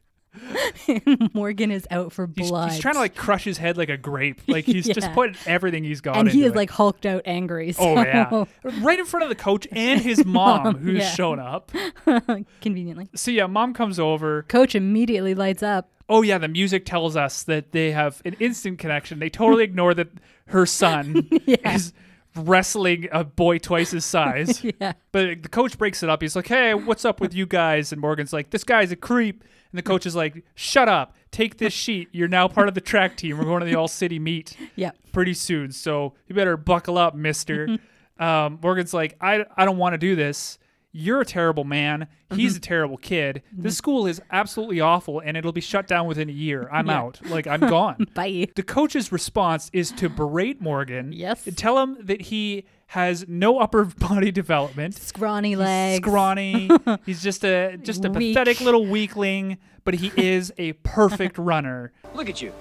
Speaker 2: Morgan is out for
Speaker 1: He's,
Speaker 2: blood.
Speaker 1: he's trying to like crush his head like a grape. Like he's just
Speaker 2: Yeah.
Speaker 1: putting everything he's got.
Speaker 2: And he
Speaker 1: into
Speaker 2: is
Speaker 1: it.
Speaker 2: like hulked out angry.
Speaker 1: Oh
Speaker 2: so-
Speaker 1: yeah, right in front of the coach and his mom, who's
Speaker 2: Oh, yeah.
Speaker 1: shown up.
Speaker 2: Conveniently.
Speaker 1: So yeah, mom comes over.
Speaker 2: Coach immediately lights up.
Speaker 1: Oh yeah, the music tells us that they have an instant connection. They totally ignore that her son is wrestling a boy twice his size.
Speaker 2: Yeah.
Speaker 1: But the coach breaks it up. He's like, "Hey, what's up with you guys?" And Morgan's like, "This guy's a creep." And the coach is like, "Shut up. Take this sheet. You're now part of the track team. We're going to the all city meet."
Speaker 2: Yep.
Speaker 1: pretty soon. So you better buckle up, mister. um, Morgan's like, I, I don't want to do this. You're a terrible man. He's a
Speaker 2: Mm-hmm.
Speaker 1: terrible kid. This school is absolutely awful and it'll be shut down within a year. I'm out. Like, I'm gone.
Speaker 2: Bye.
Speaker 1: The coach's response is to berate Morgan.
Speaker 2: Yes.
Speaker 1: and Tell him that he has no upper body development.
Speaker 2: Scrawny legs.
Speaker 1: Scrawny. He's just a just a
Speaker 2: Weak.
Speaker 1: pathetic little weakling, but he is a perfect runner.
Speaker 4: Look at you.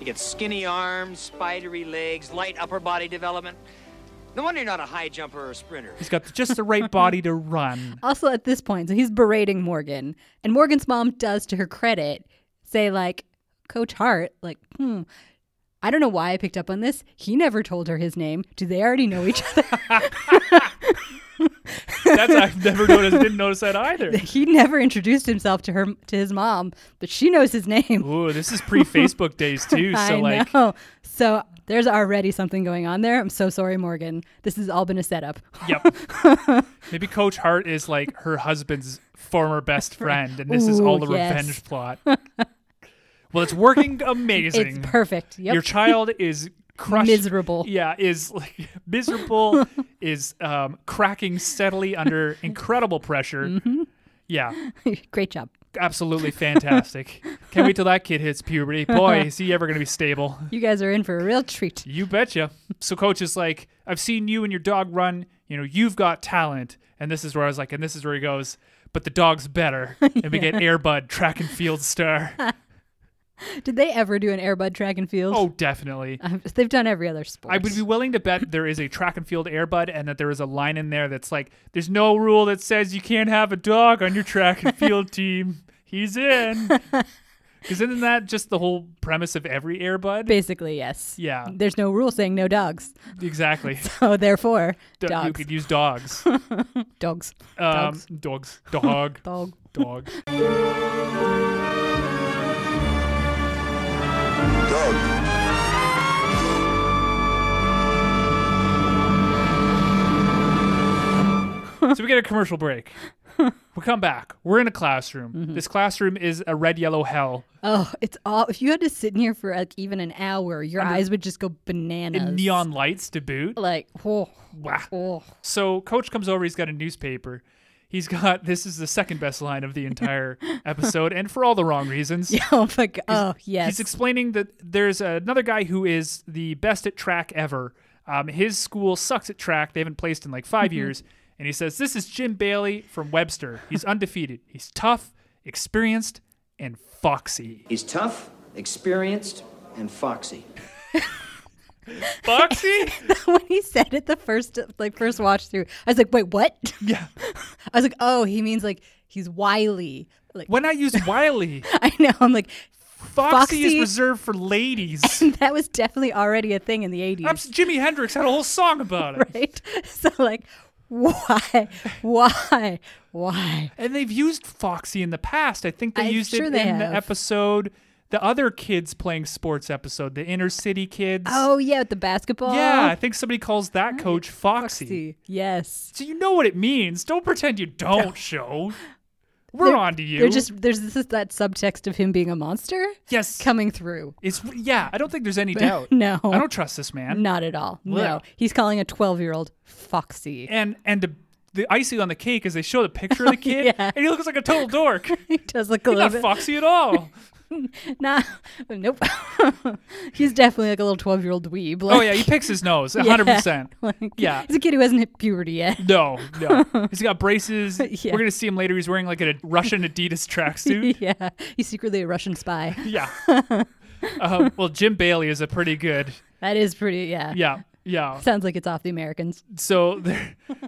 Speaker 4: You get skinny arms, spidery legs, light upper body development. No wonder you're not a high jumper or a sprinter.
Speaker 1: He's got just the right body to run.
Speaker 2: also at this point, so he's berating Morgan, and Morgan's mom does, to her credit, say like, "Coach Hart, like, hmm, I don't know why I picked up on this. He never told her his name. Do they already know each other?
Speaker 1: That's I've never noticed. Didn't notice that either.
Speaker 2: he never introduced himself to her to his mom, but she knows his name.
Speaker 1: Ooh, this is pre Facebook days too. So
Speaker 2: I
Speaker 1: like,
Speaker 2: know. So there's already something going on there. I'm so sorry, Morgan. This has all been a setup.
Speaker 1: yep. Maybe Coach Hart is like her husband's former best friend, and this is
Speaker 2: Ooh,
Speaker 1: all the
Speaker 2: yes.
Speaker 1: revenge plot. Well, it's working amazing.
Speaker 2: It's perfect. Yep.
Speaker 1: Your child is crushed,
Speaker 2: Miserable.
Speaker 1: Yeah, is like miserable. is um, cracking steadily under incredible pressure.
Speaker 2: Mm-hmm.
Speaker 1: Yeah,
Speaker 2: Great job.
Speaker 1: absolutely fantastic. Can't wait till that kid hits puberty. Boy, is he ever going to be stable.
Speaker 2: You guys are in for a real treat.
Speaker 1: You betcha. So coach is like, I've seen you and your dog run. You know, you've got talent. And this is where I was like, and this is where he goes, but the dog's better. And we get Airbud, track and field star.
Speaker 2: Did they ever do an airbud track and field?
Speaker 1: oh, definitely.
Speaker 2: Um, they've done every other sport.
Speaker 1: I would be willing to bet there is a track and field Airbud and that there is a line in there that's like, there's no rule that says you can't have a dog on your track and field team. He's in. Because isn't that just the whole premise of every Airbud?
Speaker 2: Basically, yes.
Speaker 1: Yeah.
Speaker 2: There's no rule saying no dogs.
Speaker 1: Exactly.
Speaker 2: So therefore,
Speaker 1: D- You
Speaker 2: dogs.
Speaker 1: could use dogs.
Speaker 2: dogs.
Speaker 1: Um, dogs. Dog.
Speaker 2: Dog.
Speaker 1: Dog. so we get a commercial break. We come back. We're in a classroom. This classroom is a red yellow hell.
Speaker 2: Oh, it's all. If you had to sit in here for like even an hour, your eyes would just go bananas.
Speaker 1: And neon lights to boot.
Speaker 2: Like, oh,
Speaker 1: Wah.
Speaker 2: oh.
Speaker 1: So coach comes over, he's got a newspaper. He's got this is the second best line of the entire episode, and for all the wrong reasons.
Speaker 2: oh my god. Oh yes.
Speaker 1: He's explaining that there's another guy who is the best at track ever. Um, his school sucks at track. They haven't placed in like 5
Speaker 2: Mm-hmm.
Speaker 1: years. And he says, This is Jim Bailey from Webster. He's undefeated. He's tough, experienced, and foxy.
Speaker 6: He's tough, experienced, and foxy.
Speaker 1: Foxy?
Speaker 2: when he said it the first like first watch through, I was like, wait, what?
Speaker 1: yeah.
Speaker 2: I was like, oh, he means like he's wily. Like
Speaker 1: When I use Wiley,
Speaker 2: I know. I'm like,
Speaker 1: foxy, is
Speaker 2: Foxy-
Speaker 1: reserved for ladies.
Speaker 2: that was definitely already a thing in the 80s.
Speaker 1: Perhaps Jimi Hendrix had a whole song about it.
Speaker 2: right? So like, why, why, why?
Speaker 1: And they've used Foxy in the past. I think they
Speaker 2: I'm
Speaker 1: used
Speaker 2: sure
Speaker 1: it
Speaker 2: they
Speaker 1: in the
Speaker 2: have.
Speaker 1: episode, the other kids playing sports episode, the inner city kids.
Speaker 2: Oh yeah, with the basketball.
Speaker 1: yeah. I think somebody calls that coach Foxy.
Speaker 2: Foxy. Yes.
Speaker 1: So you know what it means. Don't pretend you don't, show. We're
Speaker 2: They're-
Speaker 1: on to you.
Speaker 2: They're just there's this is that subtext of him being a monster
Speaker 1: yes.
Speaker 2: coming through.
Speaker 1: It's yeah. I don't think there's any doubt.
Speaker 2: No.
Speaker 1: I don't trust this man.
Speaker 2: Not at all. No,
Speaker 1: Look.
Speaker 2: he's calling a 12 year old Foxy.
Speaker 1: And and the the icing on the cake is they show the picture of the kid,
Speaker 2: Yeah.
Speaker 1: and he looks like a total dork.
Speaker 2: He does look a
Speaker 1: He's not
Speaker 2: little bit.
Speaker 1: foxy at all.
Speaker 2: Nah, nope. he's definitely like a little 12 year old dweeb. Like,
Speaker 1: Oh yeah, he picks his nose, hundred percent.
Speaker 2: like,
Speaker 1: Yeah.
Speaker 2: He's a kid who hasn't hit puberty yet.
Speaker 1: No, no. He's got braces.
Speaker 2: Yeah.
Speaker 1: We're gonna see him later. He's wearing like a Russian Adidas tracksuit.
Speaker 2: yeah. He's secretly a Russian spy.
Speaker 1: yeah. Um, well, Jim Bailey is a pretty good.
Speaker 2: That is pretty, yeah.
Speaker 1: Yeah, yeah.
Speaker 2: Sounds like it's off the Americans.
Speaker 1: So, there,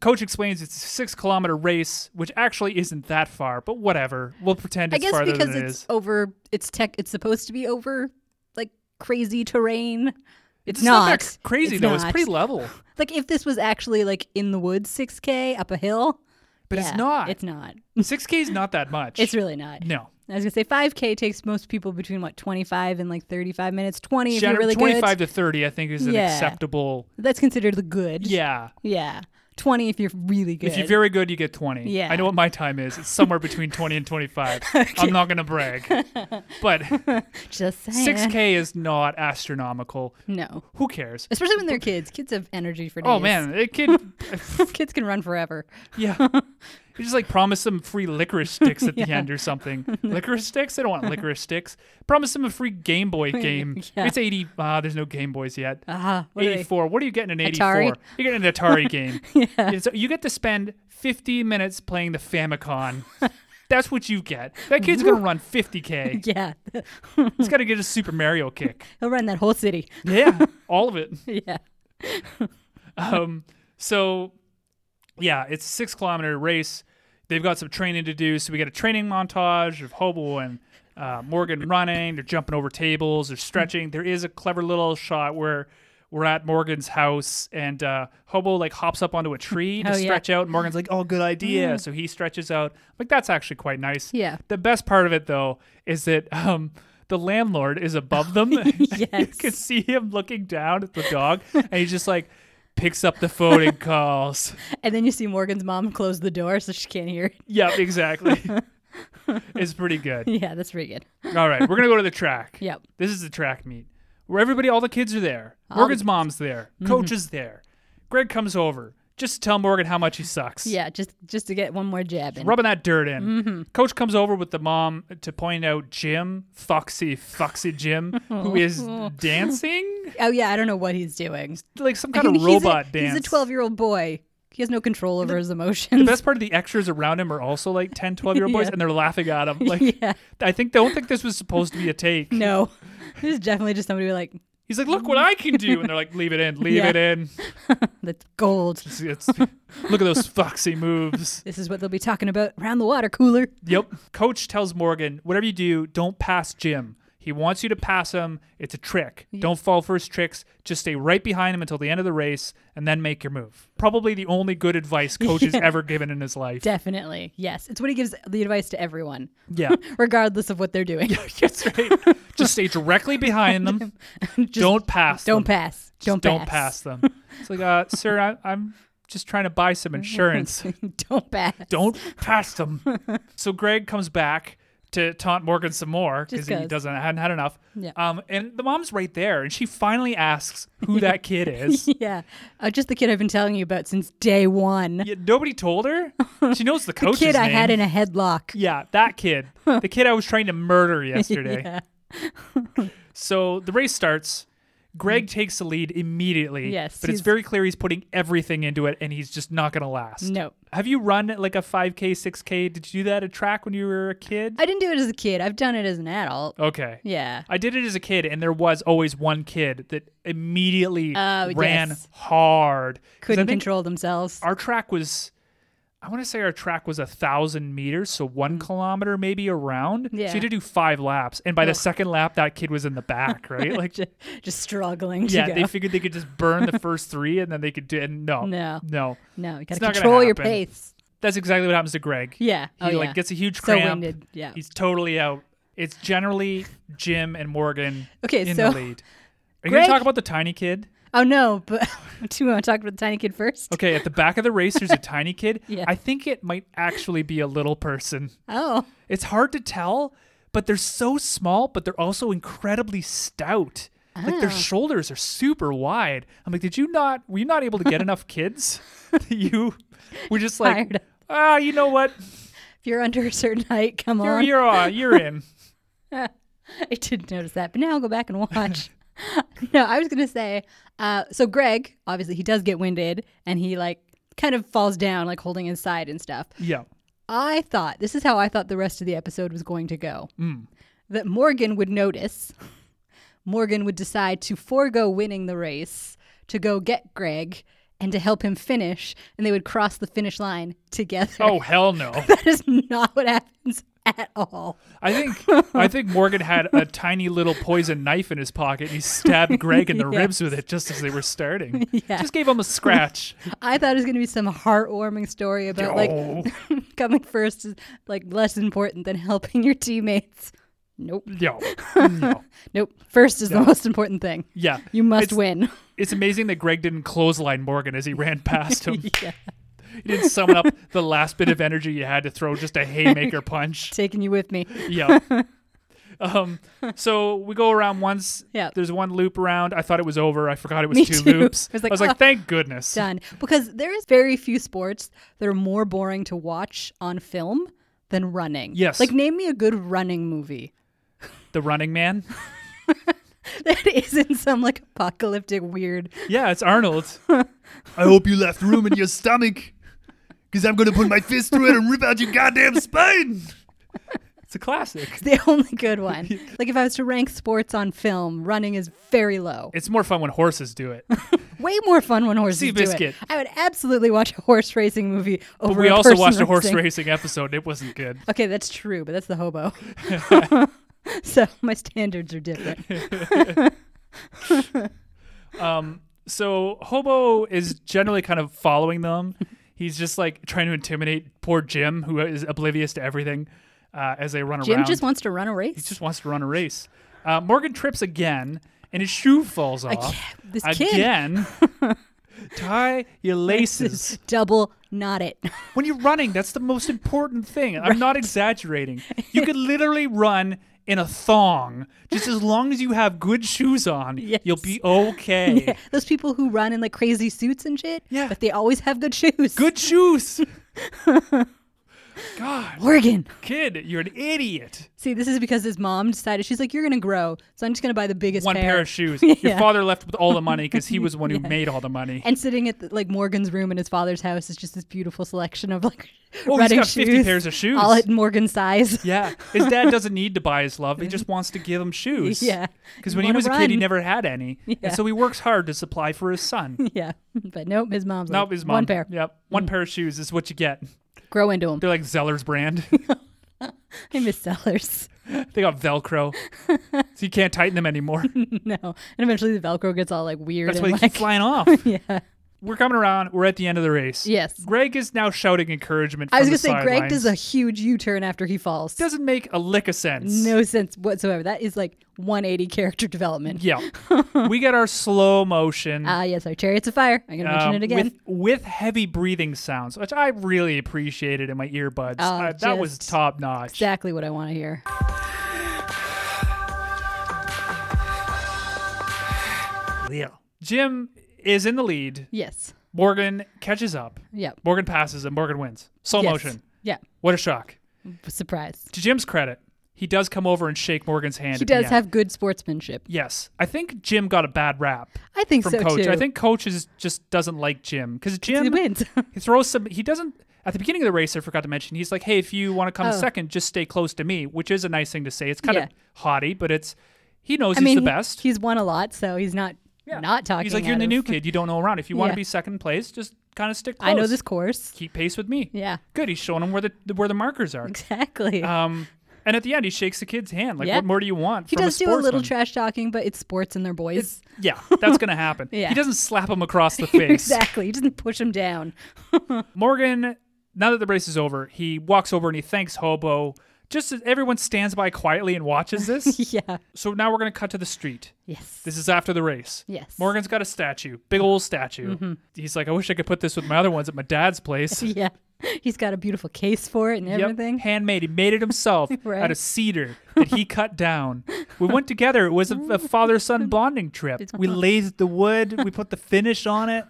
Speaker 1: coach explains it's a six-kilometer race, which actually isn't that far, but whatever. We'll pretend
Speaker 2: I
Speaker 1: it's
Speaker 2: guess
Speaker 1: farther
Speaker 2: because
Speaker 1: than it
Speaker 2: it's
Speaker 1: is.
Speaker 2: over, it's tech, it's supposed to be over like crazy terrain. It's,
Speaker 1: It's
Speaker 2: not.
Speaker 1: that c- crazy though. It's
Speaker 2: not.
Speaker 1: pretty level,
Speaker 2: Like if this was actually like in the woods, 6K up a hill.
Speaker 1: but
Speaker 2: yeah,
Speaker 1: it's not.
Speaker 2: It's not.
Speaker 1: six K is not that much.
Speaker 2: It's really not.
Speaker 1: no.
Speaker 2: I was gonna say 5K takes most people between what 25 and like 35 minutes. 20 if
Speaker 1: Gener-
Speaker 2: you're really
Speaker 1: Twenty-five
Speaker 2: good.
Speaker 1: to thirty, I think, is an
Speaker 2: Yeah.
Speaker 1: acceptable.
Speaker 2: That's considered the good.
Speaker 1: Yeah.
Speaker 2: Yeah. 20 if you're really good.
Speaker 1: If you're very good, you get 20.
Speaker 2: Yeah.
Speaker 1: I know what my time is. It's somewhere between 20 and 25. I'm not going to brag. But
Speaker 2: Just saying.
Speaker 1: 6K is not astronomical.
Speaker 2: No.
Speaker 1: Who cares?
Speaker 2: Especially when they're kids. Kids have energy for days.
Speaker 1: Oh, man. It could,
Speaker 2: kids can run forever.
Speaker 1: yeah. You just like promise them free licorice sticks at the end or something. Licorice sticks? They don't want licorice sticks. Promise them a free Game Boy game.
Speaker 2: Yeah.
Speaker 1: It's 80. Ah, there's no Game Boys yet.
Speaker 2: Ah, what are they?
Speaker 1: 84. What are you getting in 84?
Speaker 2: Atari?
Speaker 1: You're getting an Atari game. It's- you get to spend 50 minutes playing the Famicom. That's what you get. That kid's going to run 50K.
Speaker 2: Yeah,
Speaker 1: He's got to get a Super Mario kick.
Speaker 2: he'll run that whole city.
Speaker 1: Yeah, all of it.
Speaker 2: Yeah,
Speaker 1: Um, so, yeah, it's a six kilometer race. They've got some training to do. So, we got a training montage of Hobo and uh, Morgan running. They're jumping over tables, they're stretching. There is a clever little shot where we're at Morgan's house and uh, Hobo like hops up onto a tree to
Speaker 2: Oh, yeah. Mm.
Speaker 1: stretch out. Morgan's like, oh, good idea. So, he stretches out. Like, that's actually quite nice.
Speaker 2: Yeah.
Speaker 1: The best part of it, though, is that. Um, the landlord is above them. you
Speaker 2: Yes.
Speaker 1: can see him looking down at the dog, and he's just like picks up the phone and calls.
Speaker 2: and then you see Morgan's mom close the door so she can't hear. it.
Speaker 1: Yep, exactly. it's pretty good.
Speaker 2: Yeah, that's pretty good.
Speaker 1: All right, we're gonna go to the track.
Speaker 2: Yep.
Speaker 1: This is the track meet where everybody, all the kids are there. Morgan's mom's there.
Speaker 2: Mm-hmm.
Speaker 1: Coach is there. Greg comes over just to tell Morgan how much he sucks.
Speaker 2: Yeah, Mm-hmm. just just to get one more jab in.
Speaker 1: Rubbing that dirt in. Coach comes over with the mom to point out Jim, Foxy, Foxy Jim, who is dancing.
Speaker 2: oh yeah, I don't know what he's doing.
Speaker 1: like some kind
Speaker 2: I mean,
Speaker 1: of robot
Speaker 2: he's a,
Speaker 1: dance.
Speaker 2: He's a twelve-year-old boy. He has no control over his
Speaker 1: The
Speaker 2: emotions.
Speaker 1: best part of the extras around him are also like 10, 12 year old boys,
Speaker 2: Yeah.
Speaker 1: and they're laughing at him. Like,
Speaker 2: Yeah.
Speaker 1: I think don't think this was supposed to be a take.
Speaker 2: no, this is definitely just somebody like
Speaker 1: He's like, look what I can do, and they're like, leave it in, leave
Speaker 2: Yeah.
Speaker 1: it in.
Speaker 2: that's gold.
Speaker 1: It's- it's- look at those foxy moves.
Speaker 2: This is what they'll be talking about around the water cooler.
Speaker 1: Yep. Coach tells Morgan, whatever you do, don't pass Jim. He wants you to pass him. It's a trick. Don't fall for his tricks. Just stay right behind him until the end of the race, and then make your move. Probably the only good advice coach has ever given in his life.
Speaker 2: Definitely, yes. It's what he gives the advice to everyone,
Speaker 1: yeah.
Speaker 2: regardless of what they're doing.
Speaker 1: That's right. Just stay directly behind them.
Speaker 2: Just
Speaker 1: don't pass. them.
Speaker 2: Don't pass.
Speaker 1: Just
Speaker 2: Don't pass.
Speaker 1: Don't pass them. It's like, uh, sir, I, I'm just trying to buy some insurance.
Speaker 2: don't pass.
Speaker 1: don't pass them. So Greg comes back to taunt Morgan some more because
Speaker 2: Just
Speaker 1: he
Speaker 2: 'cause.
Speaker 1: doesn't hadn't had enough.
Speaker 2: Yeah.
Speaker 1: Um, and the mom's right there, and she finally asks who that kid is.
Speaker 2: Yeah. Uh, just the kid I've been telling you about since day one.
Speaker 1: Yet nobody told her. She knows the
Speaker 2: the
Speaker 1: coach's
Speaker 2: kid I
Speaker 1: name.
Speaker 2: had in a headlock.
Speaker 1: Yeah, that kid. the kid I was trying to murder yesterday. so the race starts. Greg takes the lead immediately.
Speaker 2: Mm. Yes,
Speaker 1: But it's
Speaker 2: he's-
Speaker 1: very clear he's putting everything into it and he's just not going to last.
Speaker 2: No.
Speaker 1: Have you run like a 5K, 6K? Did you do that at track when you were a kid?
Speaker 2: I didn't do it as a kid. I've done it as an adult.
Speaker 1: okay.
Speaker 2: Yeah.
Speaker 1: I did it as a kid, and there was always one kid that immediately
Speaker 2: Oh,
Speaker 1: ran
Speaker 2: yes.
Speaker 1: hard. 'Cause I
Speaker 2: Couldn't
Speaker 1: think
Speaker 2: control themselves.
Speaker 1: Our track was, I want to say our track was a thousand meters, so one kilometer maybe around. So
Speaker 2: Mm. Yeah.
Speaker 1: you had to do five laps, and by the second lap, that kid was in the back, right? Like,
Speaker 2: Ju- just, struggling to
Speaker 1: yeah,
Speaker 2: go.
Speaker 1: they figured they could just burn the first three, and then they could do. And no,
Speaker 2: No.
Speaker 1: no,
Speaker 2: no, you
Speaker 1: It's
Speaker 2: gotta
Speaker 1: not gonna
Speaker 2: control your
Speaker 1: happen.
Speaker 2: pace.
Speaker 1: That's exactly what happens to Greg.
Speaker 2: Yeah.
Speaker 1: He
Speaker 2: Oh,
Speaker 1: like
Speaker 2: yeah.
Speaker 1: gets a huge
Speaker 2: So
Speaker 1: cramp.
Speaker 2: winded, yeah.
Speaker 1: He's totally out. It's generally Jim and Morgan
Speaker 2: Okay,
Speaker 1: in
Speaker 2: so
Speaker 1: the lead. Are you going
Speaker 2: Greg-
Speaker 1: to talk about the tiny kid?
Speaker 2: Oh no, but do you want to talk about the tiny kid first?
Speaker 1: Okay, at the back of the race, there's a tiny kid.
Speaker 2: Yeah.
Speaker 1: I think it might actually be a little person.
Speaker 2: Oh.
Speaker 1: It's hard to tell, but they're so small, but they're also incredibly stout. Like
Speaker 2: Ah.
Speaker 1: their shoulders are super wide. I'm like, did you not? Were you not able to get enough kids? That you were just like,
Speaker 2: Tired.
Speaker 1: ah, you know what?
Speaker 2: If you're under a certain height, come
Speaker 1: You're
Speaker 2: on.
Speaker 1: you're, uh, you're in.
Speaker 2: I didn't notice that, but now I'll go back and watch. no, I was gonna say, uh, so Greg, obviously he does get winded and he like kind of falls down, like holding his side and stuff.
Speaker 1: Yeah.
Speaker 2: I thought this is how I thought the rest of the episode was going to go.
Speaker 1: Mm.
Speaker 2: That Morgan would notice. Morgan would decide to forego winning the race to go get Greg and to help him finish, and they would cross the finish line together.
Speaker 1: Oh hell no.
Speaker 2: that is not what happens at all.
Speaker 1: I think I think Morgan had a tiny little poison knife in his pocket and he stabbed Greg in the ribs with it just as they were starting. Just gave him a scratch.
Speaker 2: I thought it was going to be some heartwarming story
Speaker 1: No.
Speaker 2: about like coming first is like less important than helping your teammates. Nope.
Speaker 1: Yo. No.
Speaker 2: Nope. First is the most important thing.
Speaker 1: Yeah.
Speaker 2: You must
Speaker 1: It's-
Speaker 2: win.
Speaker 1: It's amazing that Greg didn't clothesline Morgan as he ran past him. He didn't summon up the last bit of energy you had to throw just a haymaker punch.
Speaker 2: Taking you with me.
Speaker 1: Yeah. Um, so we go around once.
Speaker 2: Yeah.
Speaker 1: There's one loop around. I thought it was over. I forgot it was
Speaker 2: Me
Speaker 1: two
Speaker 2: too.
Speaker 1: loops.
Speaker 2: I was like, "Oh,
Speaker 1: thank goodness.
Speaker 2: Done. Because there is very few sports that are more boring to watch on film than running.
Speaker 1: Yes.
Speaker 2: Like name me a good running movie.
Speaker 1: The running man.
Speaker 2: That isn't some like apocalyptic weird
Speaker 1: Yeah, it's Arnold. I hope you left room in your stomach because I'm going to put my fist through it and rip out your goddamn spine. It's a classic.
Speaker 2: the only good one. like if I was to rank sports on film, running is very low.
Speaker 1: It's more fun when horses do it.
Speaker 2: way more fun when horses do
Speaker 1: Seabiscuit.
Speaker 2: it. I would absolutely watch a horse racing movie over.
Speaker 1: But we
Speaker 2: a
Speaker 1: also
Speaker 2: person
Speaker 1: watched a horse
Speaker 2: racing.
Speaker 1: racing episode. It wasn't good.
Speaker 2: Okay, that's true, but that's the hobo. so my standards are different.
Speaker 1: So Hobo is generally kind of following them. He's just like trying to intimidate poor Jim, who is oblivious to everything uh, as they run
Speaker 2: Jim
Speaker 1: around.
Speaker 2: just wants to run a race.
Speaker 1: he just wants to run a race. Uh, Morgan trips again, and his shoe falls off.
Speaker 2: this kid.
Speaker 1: again. Tie your laces.
Speaker 2: Double knot it.
Speaker 1: When you're running, that's the most important thing. I'm not exaggerating. You could literally run in a thong. Just as long as you have good shoes on, you'll
Speaker 2: Yes.
Speaker 1: be okay.
Speaker 2: Those people who run in like crazy suits and shit.
Speaker 1: Yeah.
Speaker 2: But they always have good shoes.
Speaker 1: Good shoes. God,
Speaker 2: Oregon.
Speaker 1: kid, you're an idiot.
Speaker 2: See, this is because his mom decided she's like, "You're gonna grow, so I'm just gonna buy the biggest
Speaker 1: One pair of shoes. Your
Speaker 2: Yeah.
Speaker 1: father left with all the money because he was the one who made all the money.
Speaker 2: And sitting at the, like Morgan's room in his father's house is just this beautiful selection of like
Speaker 1: Oh, he's
Speaker 2: running
Speaker 1: got 50
Speaker 2: shoes,
Speaker 1: pairs of shoes.
Speaker 2: all at Morgan's size.
Speaker 1: yeah, his dad doesn't need to buy his love. He just wants to give him shoes.
Speaker 2: Yeah.
Speaker 1: Because
Speaker 2: You
Speaker 1: when he
Speaker 2: wanna
Speaker 1: was a kid, he
Speaker 2: run.
Speaker 1: never had any. And so he works hard to supply for his son.
Speaker 2: Yeah, but nope, his mom's
Speaker 1: Nope,
Speaker 2: like,
Speaker 1: his mom.
Speaker 2: one pair. Mm.
Speaker 1: Yep. One pair of shoes is what you get.
Speaker 2: Grow into him.
Speaker 1: They're like Zeller's brand.
Speaker 2: I miss Sellers.
Speaker 1: they got Velcro. so you can't tighten them anymore.
Speaker 2: no, and eventually the Velcro gets all like weird
Speaker 1: That's why
Speaker 2: and
Speaker 1: they
Speaker 2: like
Speaker 1: keep flying off.
Speaker 2: yeah.
Speaker 1: we're coming around. We're at the end of the race.
Speaker 2: Yes.
Speaker 1: Greg is now shouting encouragement.
Speaker 2: I
Speaker 1: from
Speaker 2: was gonna
Speaker 1: the
Speaker 2: say Greg
Speaker 1: sidelines.
Speaker 2: does a huge U turn after he falls.
Speaker 1: doesn't make a lick of sense.
Speaker 2: no sense whatsoever. That is like 180 character development.
Speaker 1: Yeah. we get our slow motion.
Speaker 2: Ah, yes, our chariots of fire. I'm gonna mention
Speaker 1: um,
Speaker 2: it again.
Speaker 1: With, with heavy breathing sounds, which I really appreciated in my earbuds. Uh, that was
Speaker 2: Oh, just
Speaker 1: top notch.
Speaker 2: Exactly what I want to hear.
Speaker 1: Yeah. Jim is in the lead.
Speaker 2: Yes.
Speaker 1: Morgan catches up.
Speaker 2: Yep.
Speaker 1: Morgan passes and Morgan wins. Slow
Speaker 2: Yes.
Speaker 1: motion.
Speaker 2: Yeah.
Speaker 1: What a shock.
Speaker 2: Surprise.
Speaker 1: To Jim's credit, he does come over and shake Morgan's hand. at
Speaker 2: He
Speaker 1: the
Speaker 2: does
Speaker 1: end.
Speaker 2: have good sportsmanship.
Speaker 1: Yes. I think Jim got a bad rap
Speaker 2: I think
Speaker 1: from
Speaker 2: so
Speaker 1: coach.
Speaker 2: too.
Speaker 1: I think coach is just doesn't like Jim because Jim
Speaker 2: he wins.
Speaker 1: he throws some he doesn't at the beginning of the race I forgot to mention he's like hey if you want to come
Speaker 2: Oh.
Speaker 1: second just stay close to me which is a nice thing to say it's kind of
Speaker 2: Yeah.
Speaker 1: haughty but it's he knows
Speaker 2: I
Speaker 1: he's
Speaker 2: mean,
Speaker 1: the
Speaker 2: he-
Speaker 1: best
Speaker 2: he's won a lot, so he's not not talking.
Speaker 1: he's like you're
Speaker 2: out
Speaker 1: the
Speaker 2: of-
Speaker 1: new kid you don't know around if you want
Speaker 2: Yeah.
Speaker 1: to be second place just kind of stick close
Speaker 2: I know this course.
Speaker 1: keep pace with me
Speaker 2: Yeah.
Speaker 1: good he's showing him where the where the markers are
Speaker 2: Exactly.
Speaker 1: um and at the end he shakes the kid's hand like
Speaker 2: Yeah.
Speaker 1: what more do you want
Speaker 2: he
Speaker 1: from
Speaker 2: does do a little
Speaker 1: sportsman?
Speaker 2: trash talking, but it's sports and they're boys.
Speaker 1: yeah that's gonna happen
Speaker 2: Yeah.
Speaker 1: he doesn't slap him across the face
Speaker 2: exactly. He doesn't push him down.
Speaker 1: Morgan, now that the race is over, he walks over and he thanks Hobo. Just as everyone stands by quietly and watches this.
Speaker 2: Yeah.
Speaker 1: so now we're going to cut to the street.
Speaker 2: Yes.
Speaker 1: This is after the race.
Speaker 2: Yes. Mm-hmm.
Speaker 1: Morgan's got a statue, big old statue. He's like, I wish I could put this with my other ones at my dad's place.
Speaker 2: yeah. He's got a beautiful case for it and
Speaker 1: Yep,
Speaker 2: everything.
Speaker 1: handmade. He made it himself
Speaker 2: Right.
Speaker 1: out of cedar that he cut down. We went together. It was a, a father son bonding trip. We lathed the wood. We put the finish on it.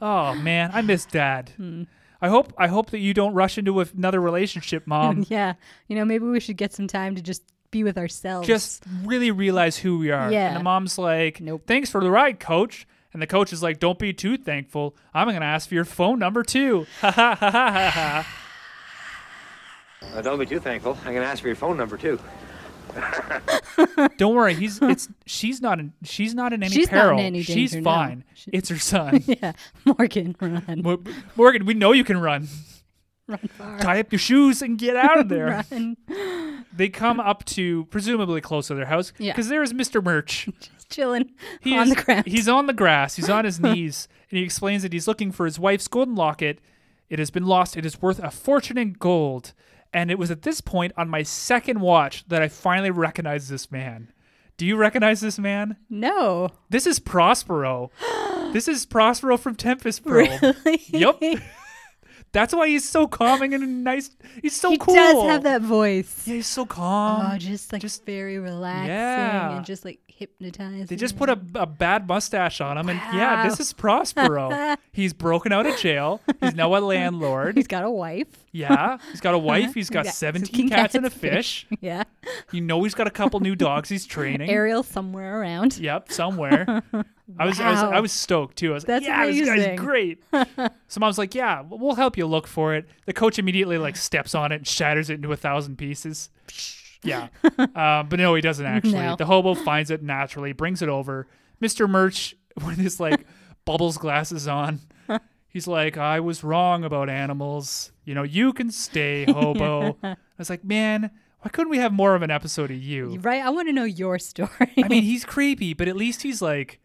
Speaker 1: Oh man, I miss dad.
Speaker 2: Hmm.
Speaker 1: I hope I hope that you don't rush into another relationship, mom.
Speaker 2: Yeah. You know, maybe we should get some time to just be with ourselves.
Speaker 1: Just really realize who we are.
Speaker 2: Yeah.
Speaker 1: And the mom's like,
Speaker 2: Nope.
Speaker 1: "Thanks for the ride, coach." And the coach is like, "Don't be too thankful. I'm gonna ask for your phone number too." Ha ha ha ha ha ha.
Speaker 7: Uh, don't be too thankful. I'm gonna ask for your phone number too.
Speaker 1: Don't worry, he's it's she's not in she's not in any
Speaker 2: She's not in
Speaker 1: peril.
Speaker 2: any
Speaker 1: she's
Speaker 2: danger, no.
Speaker 1: fine.
Speaker 2: She-
Speaker 1: It's her son.
Speaker 2: Yeah. Morgan, run.
Speaker 1: Mo- Morgan, we know you can run.
Speaker 2: Run far.
Speaker 1: Tie up your shoes and get out of there.
Speaker 2: Run.
Speaker 1: They come up to presumably close to their house because
Speaker 2: Yeah.
Speaker 1: there is Mr. Murch.
Speaker 2: Just chilling
Speaker 1: He
Speaker 2: on
Speaker 1: is-
Speaker 2: the ground.
Speaker 1: He's on the grass. He's on his knees, and he explains that he's looking for his wife's golden locket. It has been lost. It is worth a fortune in gold. And it was at this point on my second watch that I finally recognized this man. Do you recognize this man?
Speaker 2: no.
Speaker 1: This is Prospero. this is Prospero from Tempest Pearl. Yep. That's why he's so calming and nice. He's so
Speaker 2: he
Speaker 1: Oh, cool.
Speaker 2: does have that voice.
Speaker 1: Yeah, he's so calm.
Speaker 2: oh, just like
Speaker 1: just-
Speaker 2: very relaxing
Speaker 1: Yeah.
Speaker 2: and just like hypnotizing.
Speaker 1: they just put a, a bad mustache on him, and yeah, this
Speaker 2: Wow.
Speaker 1: is Prospero. he's broken out of jail. He's now a landlord.
Speaker 2: He's got a wife.
Speaker 1: Yeah, he's got a wife. He's got
Speaker 2: Yeah,
Speaker 1: 17 cats, and a fish.
Speaker 2: Yeah.
Speaker 1: You know, he's got a couple new dogs he's training.
Speaker 2: Ariel somewhere around.
Speaker 1: Yep, somewhere. I was I was I
Speaker 2: Wow.
Speaker 1: was stoked too. I was
Speaker 2: That's
Speaker 1: like, yeah, this
Speaker 2: amazing.
Speaker 1: guy's great. so mom's like, yeah, w- we'll help you look for it. The coach immediately like steps on it and shatters it into a thousand pieces. Yeah, uh, but no, he doesn't actually.
Speaker 2: No.
Speaker 1: The hobo finds it naturally, brings it over. Mister Murch with his like bubbles glasses on. He's like, I was wrong about animals. You know, you can stay, hobo. I was like, man, why couldn't we have more of an episode of you?
Speaker 2: Right? I want to know your story.
Speaker 1: I mean, he's creepy, but at least he's like,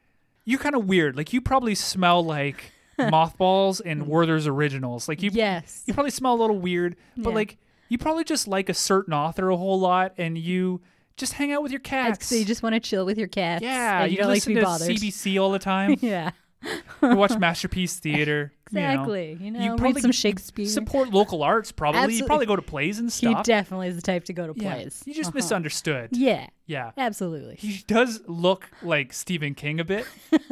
Speaker 1: you're kind of weird. Like, you probably smell like mothballs and Werther's originals. Like, you,
Speaker 2: yes.
Speaker 1: you probably smell a little weird, but
Speaker 2: Yeah.
Speaker 1: like, you probably just like a certain author a whole lot and you just hang out with your cats.
Speaker 2: So you just want to chill with your cats.
Speaker 1: yeah,
Speaker 2: and you,
Speaker 1: you,
Speaker 2: don't like to
Speaker 1: listen
Speaker 2: be bothered.
Speaker 1: CBC all the time.
Speaker 2: Yeah,
Speaker 1: you watch Masterpiece Theater. you know.
Speaker 2: exactly. You know, read
Speaker 1: probably
Speaker 2: some Shakespeare.
Speaker 1: Support local arts, probably. You
Speaker 2: Absolutely.
Speaker 1: probably go to plays and
Speaker 2: he
Speaker 1: stuff.
Speaker 2: definitely is the type to go to
Speaker 1: yeah.
Speaker 2: plays.
Speaker 1: You just
Speaker 2: Uh-huh.
Speaker 1: misunderstood.
Speaker 2: Yeah,
Speaker 1: Yeah.
Speaker 2: absolutely.
Speaker 1: He does look like Stephen King a bit.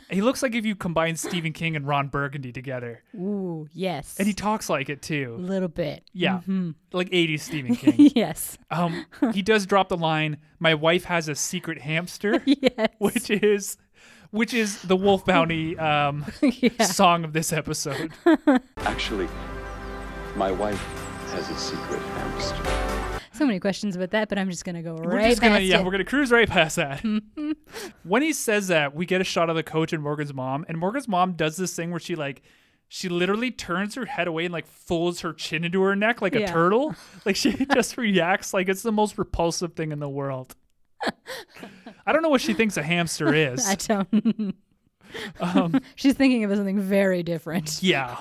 Speaker 1: he looks like if you combine Stephen King and Ron Burgundy together.
Speaker 2: Ooh, yes.
Speaker 1: And he talks like it
Speaker 2: a
Speaker 1: too.
Speaker 2: little bit.
Speaker 1: Yeah. Like 80s Stephen King.
Speaker 2: yes.
Speaker 1: um, he does drop the line, "My wife has a secret hamster,"
Speaker 2: Yes.
Speaker 1: which is which is the Wolf Bounty um, song of this episode.
Speaker 8: Actually, my wife has a secret hamster.
Speaker 2: So many questions about that, but I'm just gonna go
Speaker 1: We're
Speaker 2: right
Speaker 1: just gonna
Speaker 2: past
Speaker 1: yeah,
Speaker 2: it.
Speaker 1: we're gonna cruise right past that. when he says that, we get a shot of the coach and Morgan's mom, and Morgan's mom does this thing where she like she literally turns her head away and like folds her chin into her neck like a
Speaker 2: Yeah.
Speaker 1: turtle. Like she just reacts like it's the most repulsive thing in the world. I don't know what she thinks a hamster is.
Speaker 2: I don't.
Speaker 1: Um,
Speaker 2: She's thinking of something very different.
Speaker 1: Yeah.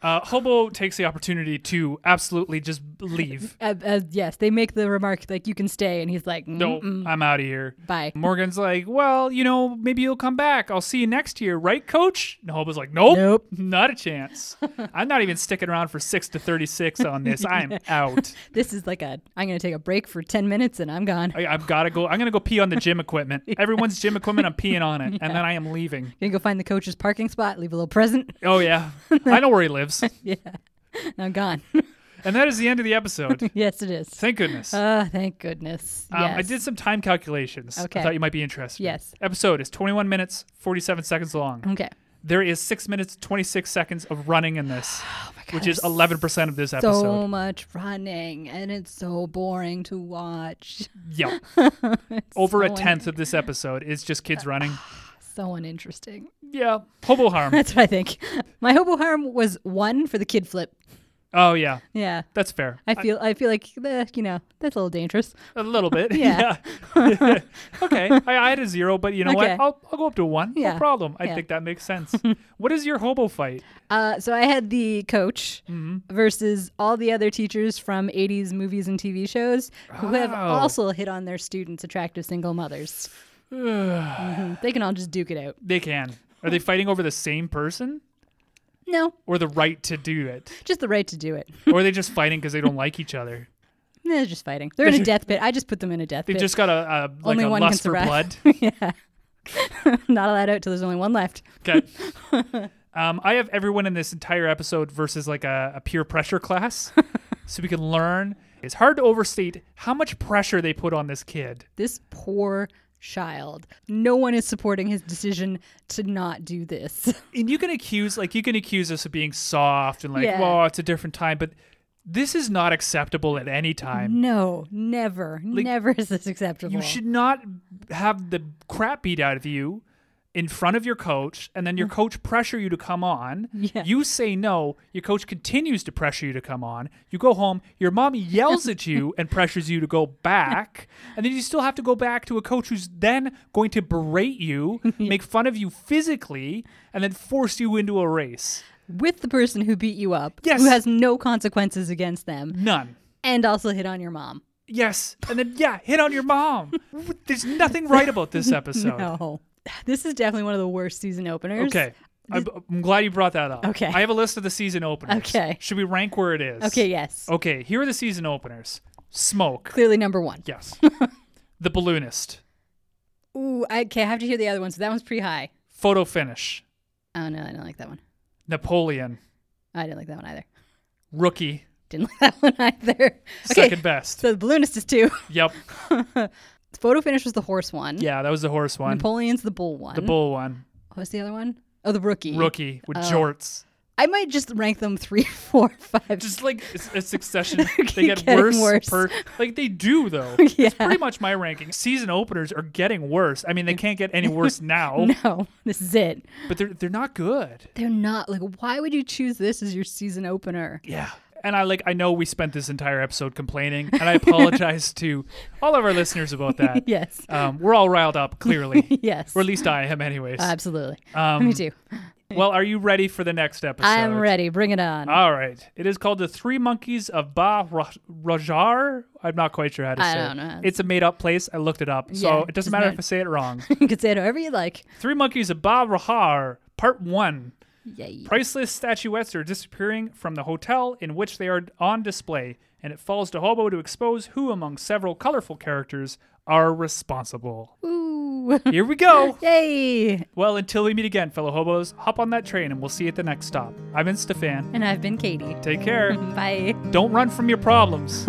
Speaker 1: uh, Hobo takes the opportunity to absolutely just leave.
Speaker 2: Uh, uh, yes, they make the remark like you can stay, and he's like,
Speaker 1: No,
Speaker 2: "Mm-mm,
Speaker 1: I'm out of here.
Speaker 2: bye.
Speaker 1: Morgan's like, well, you know, maybe you'll come back. I'll see you next year, right, coach? And Hobo's like, nope,
Speaker 2: Nope.
Speaker 1: not a chance. I'm not even sticking around for 6 to 36 on this. I'm out.
Speaker 2: This is like a I'm gonna take a break for ten minutes and I'm gone.
Speaker 1: I, I've got to go. I'm going to go pee on the gym equipment. Everyone's gym equipment, I'm peeing on it. And then I am leaving.
Speaker 2: gonna go find the coach's parking spot, leave a little present,
Speaker 1: Oh, yeah. I know where he lives.
Speaker 2: and I'm gone.
Speaker 1: And that is the end of the episode.
Speaker 2: yes, it is.
Speaker 1: Thank goodness.
Speaker 2: Ah, thank goodness.
Speaker 1: Um, I
Speaker 2: Yes.
Speaker 1: did some time calculations. I
Speaker 2: Okay.
Speaker 1: thought you might be interested.
Speaker 2: Yes.
Speaker 1: Episode is 21 minutes, 47 seconds long.
Speaker 2: Okay.
Speaker 1: There is 6 minutes, 26 seconds of running in this,
Speaker 2: Oh
Speaker 1: which is 11% of this episode.
Speaker 2: So much running, and it's so boring to watch.
Speaker 1: yeah. Over
Speaker 2: so
Speaker 1: a tenth of this episode is just kids running.
Speaker 2: So uninteresting.
Speaker 1: Yeah. Hobo harm.
Speaker 2: That's what I think. My hobo harm was one for the kid flip.
Speaker 1: oh, yeah.
Speaker 2: Yeah.
Speaker 1: That's fair.
Speaker 2: I feel I, feel like the you know that's a little dangerous.
Speaker 1: A little bit.
Speaker 2: Yeah.
Speaker 1: Yeah. okay. I, I had a zero, but you know
Speaker 2: Okay.
Speaker 1: what? I'll, I'll go up to a one. No
Speaker 2: Yeah.
Speaker 1: problem. I
Speaker 2: Yeah.
Speaker 1: think that makes sense. what is your hobo fight?
Speaker 2: Uh, so I had the coach versus all the other teachers from 80s movies and TV shows who have
Speaker 1: Oh.
Speaker 2: also hit on their students' attractive single mothers. Mhm. They can all just duke it out.
Speaker 1: They can. Are they fighting over the same person
Speaker 2: No,
Speaker 1: or the right to do it?
Speaker 2: just the right to do it.
Speaker 1: or are they just fighting because they don't like each other?
Speaker 2: They're just fighting. They're in a death pit. I just put them in a death
Speaker 1: They
Speaker 2: pit.
Speaker 1: just got a, a like
Speaker 2: Only
Speaker 1: a
Speaker 2: one can
Speaker 1: lust for blood.
Speaker 2: survive. yeah. Not allowed out till there's only one left.
Speaker 1: Okay. Um, I have everyone in this entire episode versus like a, a peer pressure class, so we can learn. It's hard to overstate how much pressure they put on this kid.
Speaker 2: This poor child. No one is supporting his decision to not do this.
Speaker 1: And you can accuse like you can accuse us of being soft and like,
Speaker 2: Yeah.
Speaker 1: well, it's a different time, but this is not acceptable at any time.
Speaker 2: No, never, never is this acceptable.
Speaker 1: You should not have the crap beat out of you in front of your coach and then your coach pressure you to come on.
Speaker 2: Yeah.
Speaker 1: You say no, your coach continues to pressure you to come on. You go home, your mom yells at you and pressures you to go back, and then you still have to go back to a coach who's then going to berate you, make fun of you physically, and then force you into a race.
Speaker 2: with the person who beat you up,
Speaker 1: Yes.
Speaker 2: who has no consequences against them,
Speaker 1: None.
Speaker 2: and also hit on your mom.
Speaker 1: Yes. And then yeah, hit on your mom. There's nothing right about this episode.
Speaker 2: No. This is definitely one of the worst season openers.
Speaker 1: Okay. I'm, I'm glad you brought that up.
Speaker 2: Okay.
Speaker 1: I have a list of the season openers.
Speaker 2: Okay.
Speaker 1: Should we rank where it is?
Speaker 2: Okay, yes.
Speaker 1: Okay, here are the season openers Smoke.
Speaker 2: Clearly number one.
Speaker 1: Yes. the Balloonist.
Speaker 2: Ooh, I, okay, I have to hear the other one. So that one's pretty high.
Speaker 1: Photo Finish.
Speaker 2: Oh, no, I didn't like that one.
Speaker 1: Napoleon.
Speaker 2: I didn't like that one either.
Speaker 1: Rookie.
Speaker 2: Didn't like that one either. Okay,
Speaker 1: Second best.
Speaker 2: So the balloonist is two.
Speaker 1: Yep.
Speaker 2: Photo finish was the horse one.
Speaker 1: Yeah, that was the horse one.
Speaker 2: Napoleon's the bull one.
Speaker 1: the bull one.
Speaker 2: What was the other one? Oh, the rookie.
Speaker 1: Rookie
Speaker 2: Oh.
Speaker 1: with jorts.
Speaker 2: I might just rank them three, four, five.
Speaker 1: Just like it's a succession, they
Speaker 2: keep
Speaker 1: get
Speaker 2: getting
Speaker 1: worse,
Speaker 2: worse.
Speaker 1: per like they do though.
Speaker 2: Yeah.
Speaker 1: It's pretty much my ranking. Season openers are getting worse. I mean, they can't get any worse now,
Speaker 2: no, this is it.
Speaker 1: but they're they're not good.
Speaker 2: They're not like. Why would you choose this as your season opener?
Speaker 1: Yeah. And I like I know we spent this entire episode complaining, and I apologize to all of our listeners about that.
Speaker 2: Yes.
Speaker 1: Um, we're all riled up, clearly.
Speaker 2: Yes.
Speaker 1: Or at least I am anyways.
Speaker 2: Absolutely.
Speaker 1: Um,
Speaker 2: Me too.
Speaker 1: well, are you ready for the next episode? Uh,
Speaker 2: I'm ready. Bring it on.
Speaker 1: All right. It is called The Three Monkeys of Ba Ra- Rajar. I'm not quite sure how to
Speaker 2: I
Speaker 1: say
Speaker 2: don't
Speaker 1: it.
Speaker 2: know.
Speaker 1: It's a made up place. I looked it up.
Speaker 2: Yeah,
Speaker 1: so it doesn't
Speaker 2: doesn't
Speaker 1: matter
Speaker 2: matter.
Speaker 1: if I say it wrong.
Speaker 2: you can say it however you like.
Speaker 1: Three Monkeys of Ba Rajar, Part 1.
Speaker 2: Yay.
Speaker 1: Priceless statuettes are disappearing from the hotel in which they are on display, and it falls to Hobo to expose who among several colorful characters are responsible.
Speaker 2: Ooh.
Speaker 1: Here we go!
Speaker 2: Yay.
Speaker 1: Well, until we meet again, fellow hobos, hop on that train and we'll see you at the next stop. I've been Stefan.
Speaker 2: And I've been Katie.
Speaker 1: Take care.
Speaker 2: Bye.
Speaker 1: Don't run from your problems.